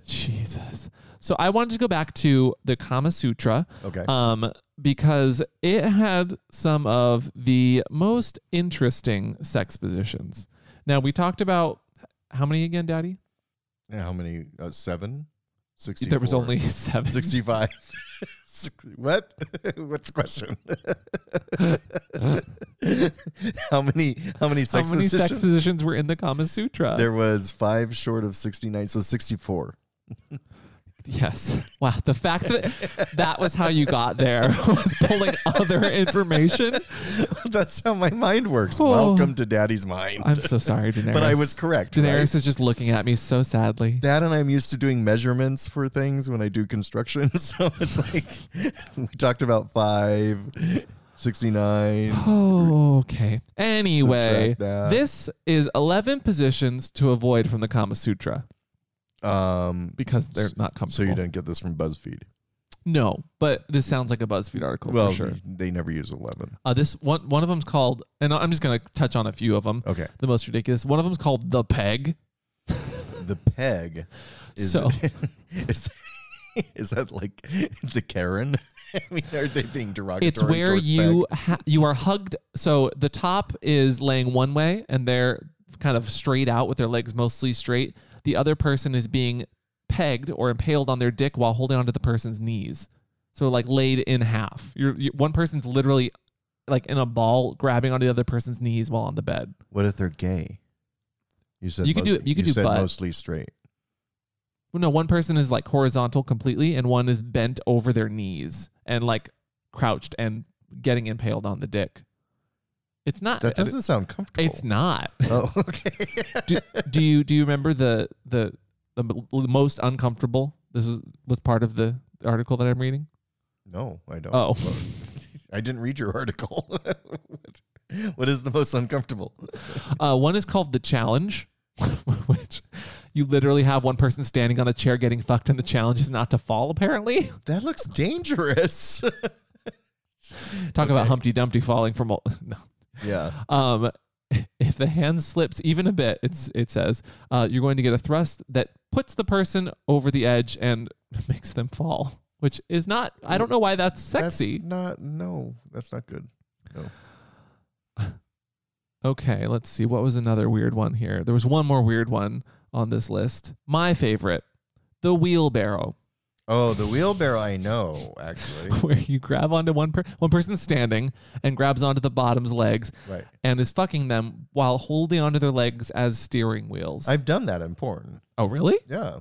S1: Jesus. So I wanted to go back to the Kama Sutra,
S2: Okay.
S1: um, because it had some of the most interesting sex positions. Now we talked about how many again, Daddy?
S2: Yeah, how many? Uh, seven? 64.
S1: There was only seven.
S2: 65. Six- what? What's the question? how many how many
S1: How
S2: sex
S1: many
S2: positions?
S1: sex positions were in the Kama Sutra?
S2: there was five short of 69, so 64.
S1: Yes. Wow. The fact that that was how you got there was pulling other information.
S2: That's how my mind works.
S1: Oh.
S2: Welcome to daddy's mind.
S1: I'm so sorry, Daenerys.
S2: but I was correct.
S1: Daenerys
S2: right?
S1: is just looking at me so sadly.
S2: That and I'm used to doing measurements for things when I do construction. So it's like we talked about five, 69.
S1: Oh, okay. Anyway,
S2: Subtract that.
S1: this is 11 positions to avoid from the Kama Sutra
S2: Um,
S1: because they're not comfortable.
S2: so you didn't get this from BuzzFeed.
S1: No, but this sounds like a BuzzFeed article
S2: well,
S1: for sure.
S2: they never use 11.
S1: Uh, this one, one of them's called, and I'm just gonna touch on a few of them.
S2: Okay.
S1: The most ridiculous. One of them's called the peg.
S2: The peg is,
S1: So-
S2: is, is that like the Karen? I mean, are they being derogatory?
S1: It's where
S2: towards
S1: you ha- you are hugged. So the top is laying one way, and they're kind of straight out with their legs mostly straight. The other person is being pegged or impaled on their dick while holding onto the person's knees. So like laid in half. You're you, one person's literally like in a ball, grabbing onto the other person's knees while on the bed.
S2: peg? What if they're gay? You said
S1: You could do-
S2: most-
S1: you could do
S2: said
S1: butt.
S2: mostly straight.
S1: Well, no, one person is like horizontal completely, and one is bent over their knees and like crouched and getting impaled on the dick. It's not.
S2: That doesn't sound comfortable.
S1: It's not.
S2: Oh, okay.
S1: do, do you do you remember the the the m- most uncomfortable? This was was part of the article that I'm reading.
S2: no, I don't.
S1: Oh.
S2: Well, I didn't read your article. What- what is the most uncomfortable?
S1: Uh, one is called the challenge, which you literally have one person standing on a chair getting fucked, and the challenge is not to fall. Apparently,
S2: That looks dangerous.
S1: talk about Humpty Dumpty falling from. all- No.
S2: yeah.
S1: Um, if the hand slips even a bit, it's it says uh, you're going to get a thrust that puts the person over the edge and makes them fall, which is not. I don't know why that's sexy.
S2: That's not no, that's not good. No.
S1: okay, let's see. What was another weird one here? There was one more weird one on this list. My favorite, the wheelbarrow,
S2: Oh, the wheelbarrow I know, actually.
S1: where you grab onto one per- one person's standing and grabs onto the bottom's legs
S2: right.
S1: and is fucking them while holding onto their legs as steering wheels.
S2: I've done that in porn.
S1: oh, really?
S2: Yeah.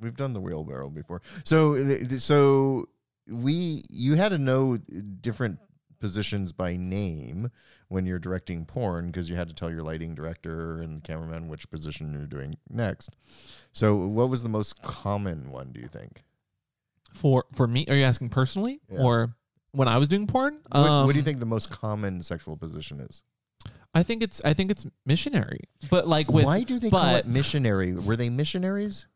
S2: We've done the wheelbarrow before. So th- th- so we you had to know different positions by name when you're directing porn because you had to tell your lighting director and cameraman which position you're doing next. So what was the most common one do you think?
S1: For for me, are you asking personally
S2: Yeah.
S1: or when I was doing porn? Um,
S2: What, what do you think the most common sexual position is?
S1: I think it's I think it's missionary, but like with
S2: Why do they
S1: but
S2: call it missionary? Were they missionaries?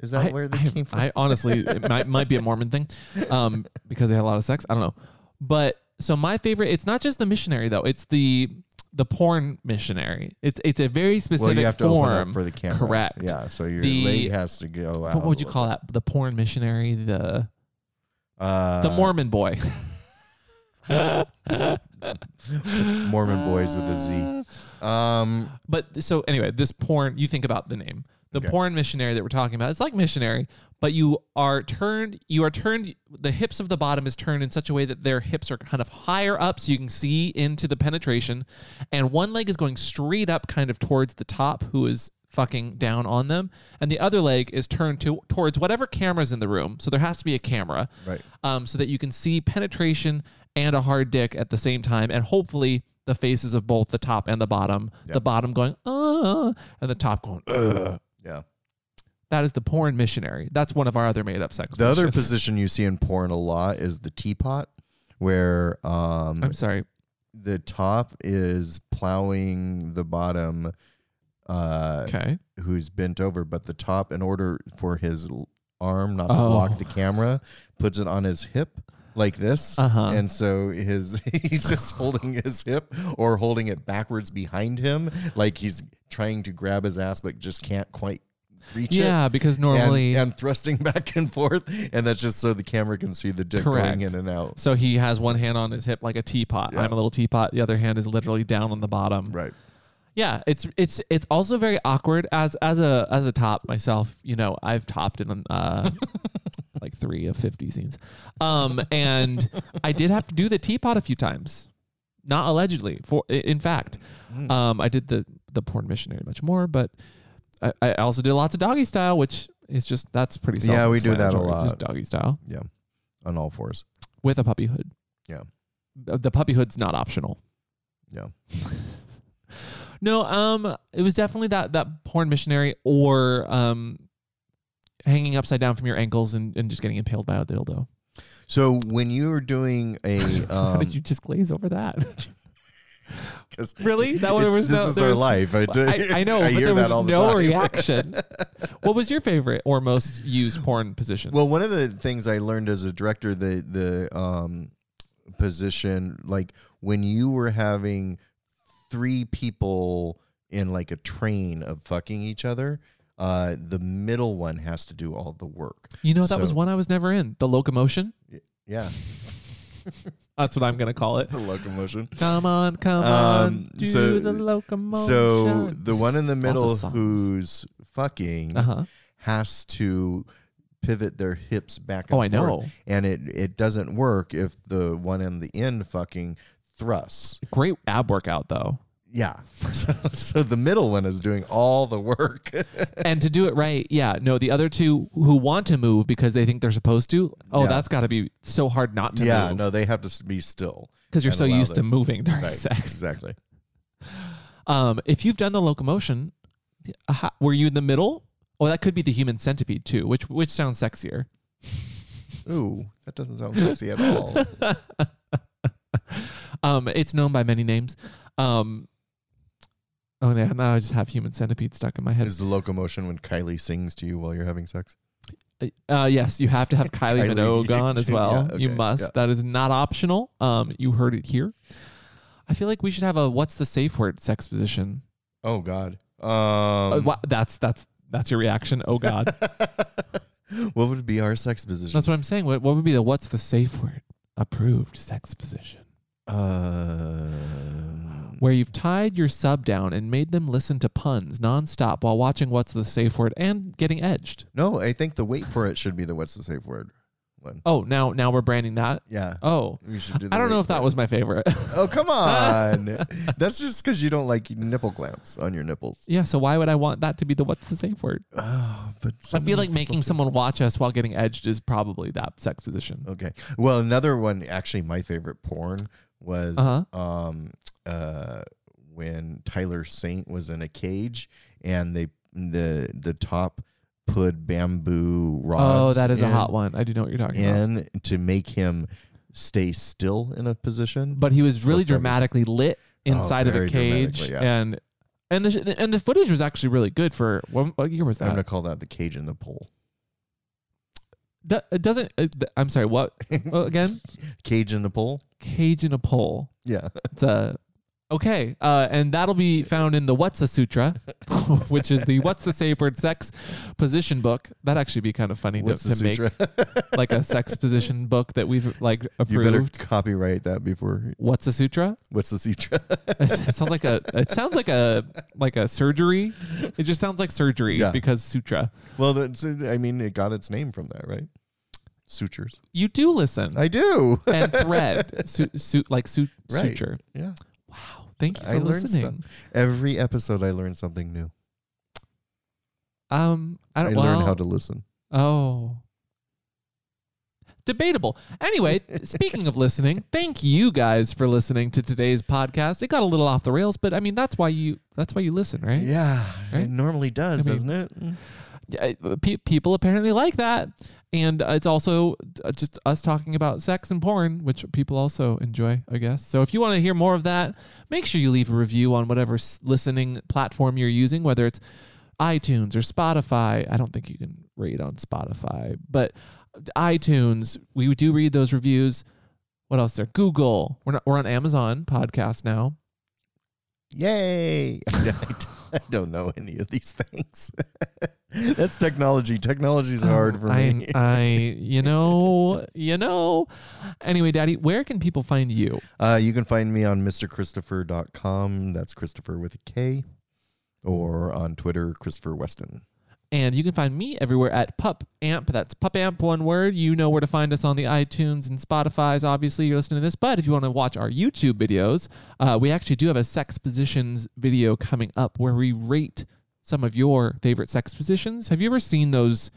S2: Is that
S1: I,
S2: where they
S1: I-
S2: came from?
S1: I honestly, it might might be a Mormon thing, um, because they had a lot of sex. I don't know, but so my favorite. It's not just the missionary though. It's the the porn missionary. It's it's a very
S2: well,
S1: specific
S2: you have to
S1: form.
S2: open up for the camera.
S1: Correct.
S2: Yeah, so your
S1: The-
S2: leg has to go out.
S1: What would you
S2: a
S1: call that? The porn missionary. The
S2: little- Uh,
S1: the Mormon boy.
S2: Mormon boys with a Z. Um,
S1: But so anyway, this porn, you think about the name. The
S2: Okay.
S1: porn missionary that we're talking about, it's like missionary, but you are turned, you are turned, the hips of the bottom is turned in such a way that their hips are kind of higher up so you can see into the penetration. And one leg is going straight up kind of towards the top who is fucking down on them. And the other leg is turned to towards whatever camera's in the room. So there has to be a camera
S2: right.
S1: um, so that you can see penetration and a hard dick at the same time, and hopefully the faces of both the top and the bottom. The bottom going, uh, and the top going, uh.
S2: Yeah.
S1: That is the porn missionary. That's one of our other made up sex.
S2: The other
S1: positions.
S2: position you see in porn a lot is the teapot, where um,
S1: I'm sorry.
S2: the top is plowing the bottom. Uh,
S1: Okay.
S2: who's bent over, but the top, in order for his l- arm not to
S1: Oh.
S2: block the camera, puts it on his hip like this.
S1: Uh-huh.
S2: And so his he's just holding his hip or holding it backwards behind him, like he's trying to grab his ass but just can't quite reach it.
S1: Yeah, because
S2: And-
S1: normally,
S2: and, thrusting back and forth, and that's just so the camera can see the dick
S1: Correct.
S2: going in and out.
S1: so he has one hand on his hip like a teapot.
S2: Yeah.
S1: I'm a little teapot. The other hand is literally down on the bottom.
S2: Right.
S1: Yeah, it's it's it's also very awkward as as a as a top myself. You know, I've topped in uh, like three of fifty scenes, um, and I did have to do the teapot a few times. Not allegedly, for i- in fact,
S2: Mm.
S1: um, I did the the porn missionary much more, but I, I also did lots of doggy style, which is just that's pretty.
S2: Yeah, we do that a
S1: self-explanatory, Just
S2: lot.
S1: doggy style
S2: Yeah. On all fours.
S1: with a puppy hood.
S2: Yeah.
S1: Uh, the puppy hood's not optional.
S2: Yeah.
S1: No, um, it was definitely that that porn missionary or um, hanging upside down from your ankles and, and just getting impaled by a dildo.
S2: So when you were doing a,
S1: How
S2: um,
S1: did you just glaze over that?
S2: 'cause
S1: really? That one
S2: it's-
S1: was
S2: this
S1: no,
S2: is
S1: there
S2: our
S1: was-
S2: life. I, do-
S1: I, I know,
S2: I
S1: but
S2: hear
S1: there was
S2: that all the
S1: no
S2: time.
S1: reaction. what was your favorite or most used porn position?
S2: Well, one of the things I learned as a director, the the um, position, like when you were having three people in like a train of fucking each other, uh, the middle one has to do all the work.
S1: you know, that was
S2: so-
S1: one I was never in. The locomotion.
S2: Yeah,
S1: That's what I'm gonna call it.
S2: the locomotion.
S1: Come on, come
S2: Um,
S1: on, do
S2: so-
S1: the locomotion.
S2: So the one in the middle
S1: Lots of songs.
S2: who's fucking
S1: Uh huh.
S2: has to pivot their hips back and
S1: Oh, I
S2: forth.
S1: know.
S2: and it it doesn't work if the one in the end fucking thrusts.
S1: Great ab workout though.
S2: Yeah. So, so the middle one is doing all the work.
S1: and to do it right, yeah, no, the other two who want to move because they think they're supposed to, oh,
S2: Yeah.
S1: that's got to be so hard not to
S2: yeah,
S1: move
S2: no, they have to s- be still.
S1: because you're
S2: and
S1: so
S2: allow
S1: used to
S2: them-
S1: moving during
S2: Right,
S1: sex.
S2: Exactly.
S1: Um, if you've done the locomotion, uh, ho- were you in the middle? Oh, that could be the human centipede too, which which sounds sexier.
S2: Ooh, that doesn't sound sexy at all.
S1: Um, it's known by many names. Um, oh yeah, now I just have human centipede stuck in my head.
S2: is the locomotion when Kylie sings to you while you're having sex?
S1: Uh, yes, you have to have Kylie,
S2: Kylie
S1: Minogue on as
S2: too,
S1: well.
S2: yeah,
S1: you
S2: okay,
S1: must.
S2: yeah.
S1: That is not optional. Um, you heard it here. I feel like we should have a what's the safe word sex position.
S2: Oh God. Um,
S1: Uh, wha- that's that's that's your reaction. Oh God,
S2: what would be our sex position?
S1: that's what I'm saying. What, what would be the what's the safe word approved sex position
S2: Uh, Um,
S1: where you've tied your sub down and made them listen to puns nonstop while watching what's the safe word and getting edged.
S2: no, I think the wait for it should be the what's the safe word one.
S1: Oh, now now we're branding that.
S2: Yeah.
S1: Oh,
S2: We should do the
S1: I don't know
S2: wait
S1: if
S2: for
S1: that
S2: it.
S1: was my favorite.
S2: Oh come on! That's just because you don't like nipple clamps on your nipples.
S1: yeah. So why would I want that to be the what's the safe word?
S2: Oh, but
S1: I feel like making someone watch us while getting edged is probably that sex position.
S2: Okay. Well, another one actually, my favorite porn was
S1: Uh-huh.
S2: um uh when Tyler Saint was in a cage and they the the top put bamboo
S1: Oh,
S2: rods.
S1: that is a
S2: in-
S1: hot one. I do know what you're talking about.
S2: In to make him stay still in a position.
S1: But he was really
S2: Looked over.
S1: dramatically lit inside of a
S2: Oh, very
S1: cage,
S2: dramatically, yeah.
S1: and and the sh- and the footage was actually really good for what, what year was
S2: I'm gonna
S1: that?
S2: call that the cage in the pole.
S1: Do- it doesn't. uh, th- I'm sorry. What Well, again?
S2: Cage in the pole.
S1: Cage in a pole.
S2: Yeah.
S1: It's a okay, uh, and that'll be found in the What's a Sutra, which is the What's the Safe Word Sex Position book. That'd actually be kind of funny to,
S2: What's the
S1: to make
S2: sutra?
S1: like a sex position book that we've like
S2: You
S1: approved.
S2: better copyright that before.
S1: What's a sutra?
S2: What's the sutra?
S1: It sounds like a it sounds like a like a surgery. It just sounds like surgery
S2: Yeah.
S1: because sutra.
S2: well, that's, I mean, it got its name from that, right? Sutures.
S1: You do listen
S2: I do.
S1: and thread su- su- like su-
S2: Right.
S1: suture.
S2: Yeah.
S1: Wow, thank you for
S2: I learned stuff.
S1: listening.
S2: Every episode, I learn something new.
S1: Um, I
S2: I,
S1: don't
S2: learn
S1: well,
S2: how to listen.
S1: Oh. Debatable. Anyway, speaking of listening, thank you guys for listening to today's podcast. It got a little off the rails, but I mean that's why you that's why you listen, right?
S2: Yeah.
S1: Right?
S2: It normally does,
S1: I mean-
S2: doesn't it? Mm.
S1: uh, pe- people apparently like that and uh, it's also uh, just us talking about sex and porn which people also enjoy i guess so if you want to hear more of that make sure you leave a review on whatever s- listening platform you're using whether it's itunes or spotify i don't think you can rate on spotify but uh, itunes we do read those reviews what else there google we're, not, we're on amazon podcast now
S2: Yay. I, don't- I don't know any of these things. That's technology. Technology's hard for
S1: I,
S2: me.
S1: Oh, I, you know, you know. Anyway, Daddy, where can people find you?
S2: Uh, you can find me on mrchristopher.com. That's Christopher with a K. Or on Twitter, Christopher Weston.
S1: And you can find me everywhere at Pup Amp. That's Pup Amp, one word. You know where to find us on the iTunes and Spotify's. Obviously, you're listening to this. But if you want to watch our YouTube videos, uh, we actually do have a sex positions video coming up where we rate some of your favorite sex positions. Have you ever seen those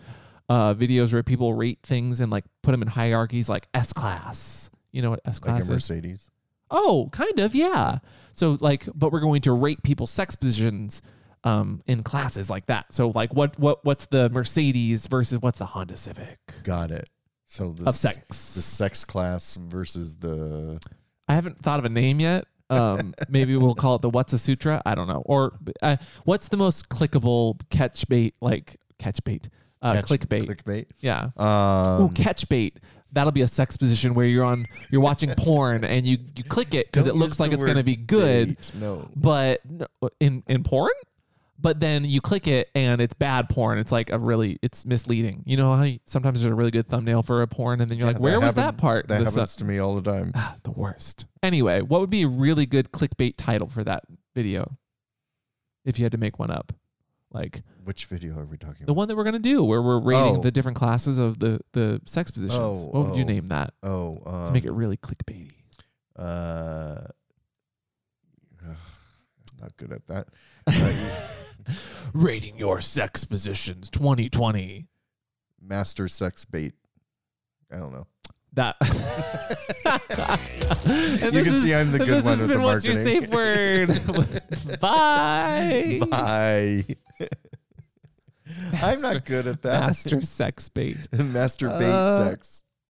S1: uh, videos where people rate things and like put them in hierarchies, like S class? You know what S
S2: Like
S1: class
S2: a
S1: is?
S2: Mercedes.
S1: Oh, kind of, yeah. So like, but we're going to rate people's sex positions um in classes like that. So like what what what's the Mercedes versus what's the Honda Civic?
S2: Got it. So the
S1: of
S2: s-
S1: sex.
S2: the sex class versus the
S1: I haven't thought of a name yet. Um, maybe we'll call it the What's a Sutra. I don't know. Or uh, what's the most clickable catch bait? Like catch bait, uh,
S2: catch-
S1: clickbait.
S2: Clickbait.
S1: yeah.
S2: Um,
S1: Ooh, catch bait. That'll be a sex position where you're on, you're watching porn and you you click it because it
S2: don't use
S1: looks like
S2: the
S1: it's gonna
S2: word
S1: be good.
S2: bait. No.
S1: but no, in in porn but then you click it and it's bad porn it's like a really it's misleading you know how you, sometimes there's a really good thumbnail for a porn and then you're like where was that
S2: happened-
S1: part The
S2: That
S1: su-
S2: happens to me all the time.
S1: Ah, the worst anyway what would be a really good clickbait title for that video if you had to make one up like
S2: Which video are we talking
S1: the
S2: about?
S1: one that we're going to do where we're rating
S2: Oh.
S1: the different classes of the the sex positions
S2: Oh,
S1: what would you
S2: oh.
S1: name that
S2: Oh, um,
S1: to make it really clickbaity
S2: Uh, ugh, I'm not good at that. Uh,
S1: rating your sex positions 2020
S2: master sex bait. I don't know.
S1: That. And
S2: You
S1: this
S2: can
S1: is-
S2: see I'm the
S1: and this
S2: good one
S1: has
S2: with
S1: been
S2: the
S1: What's Your
S2: marketing.
S1: Safe Word. Bye.
S2: Bye. I'm
S1: Master-
S2: not good at that.
S1: Master sex bait.
S2: Master bait
S1: Uh,
S2: sex.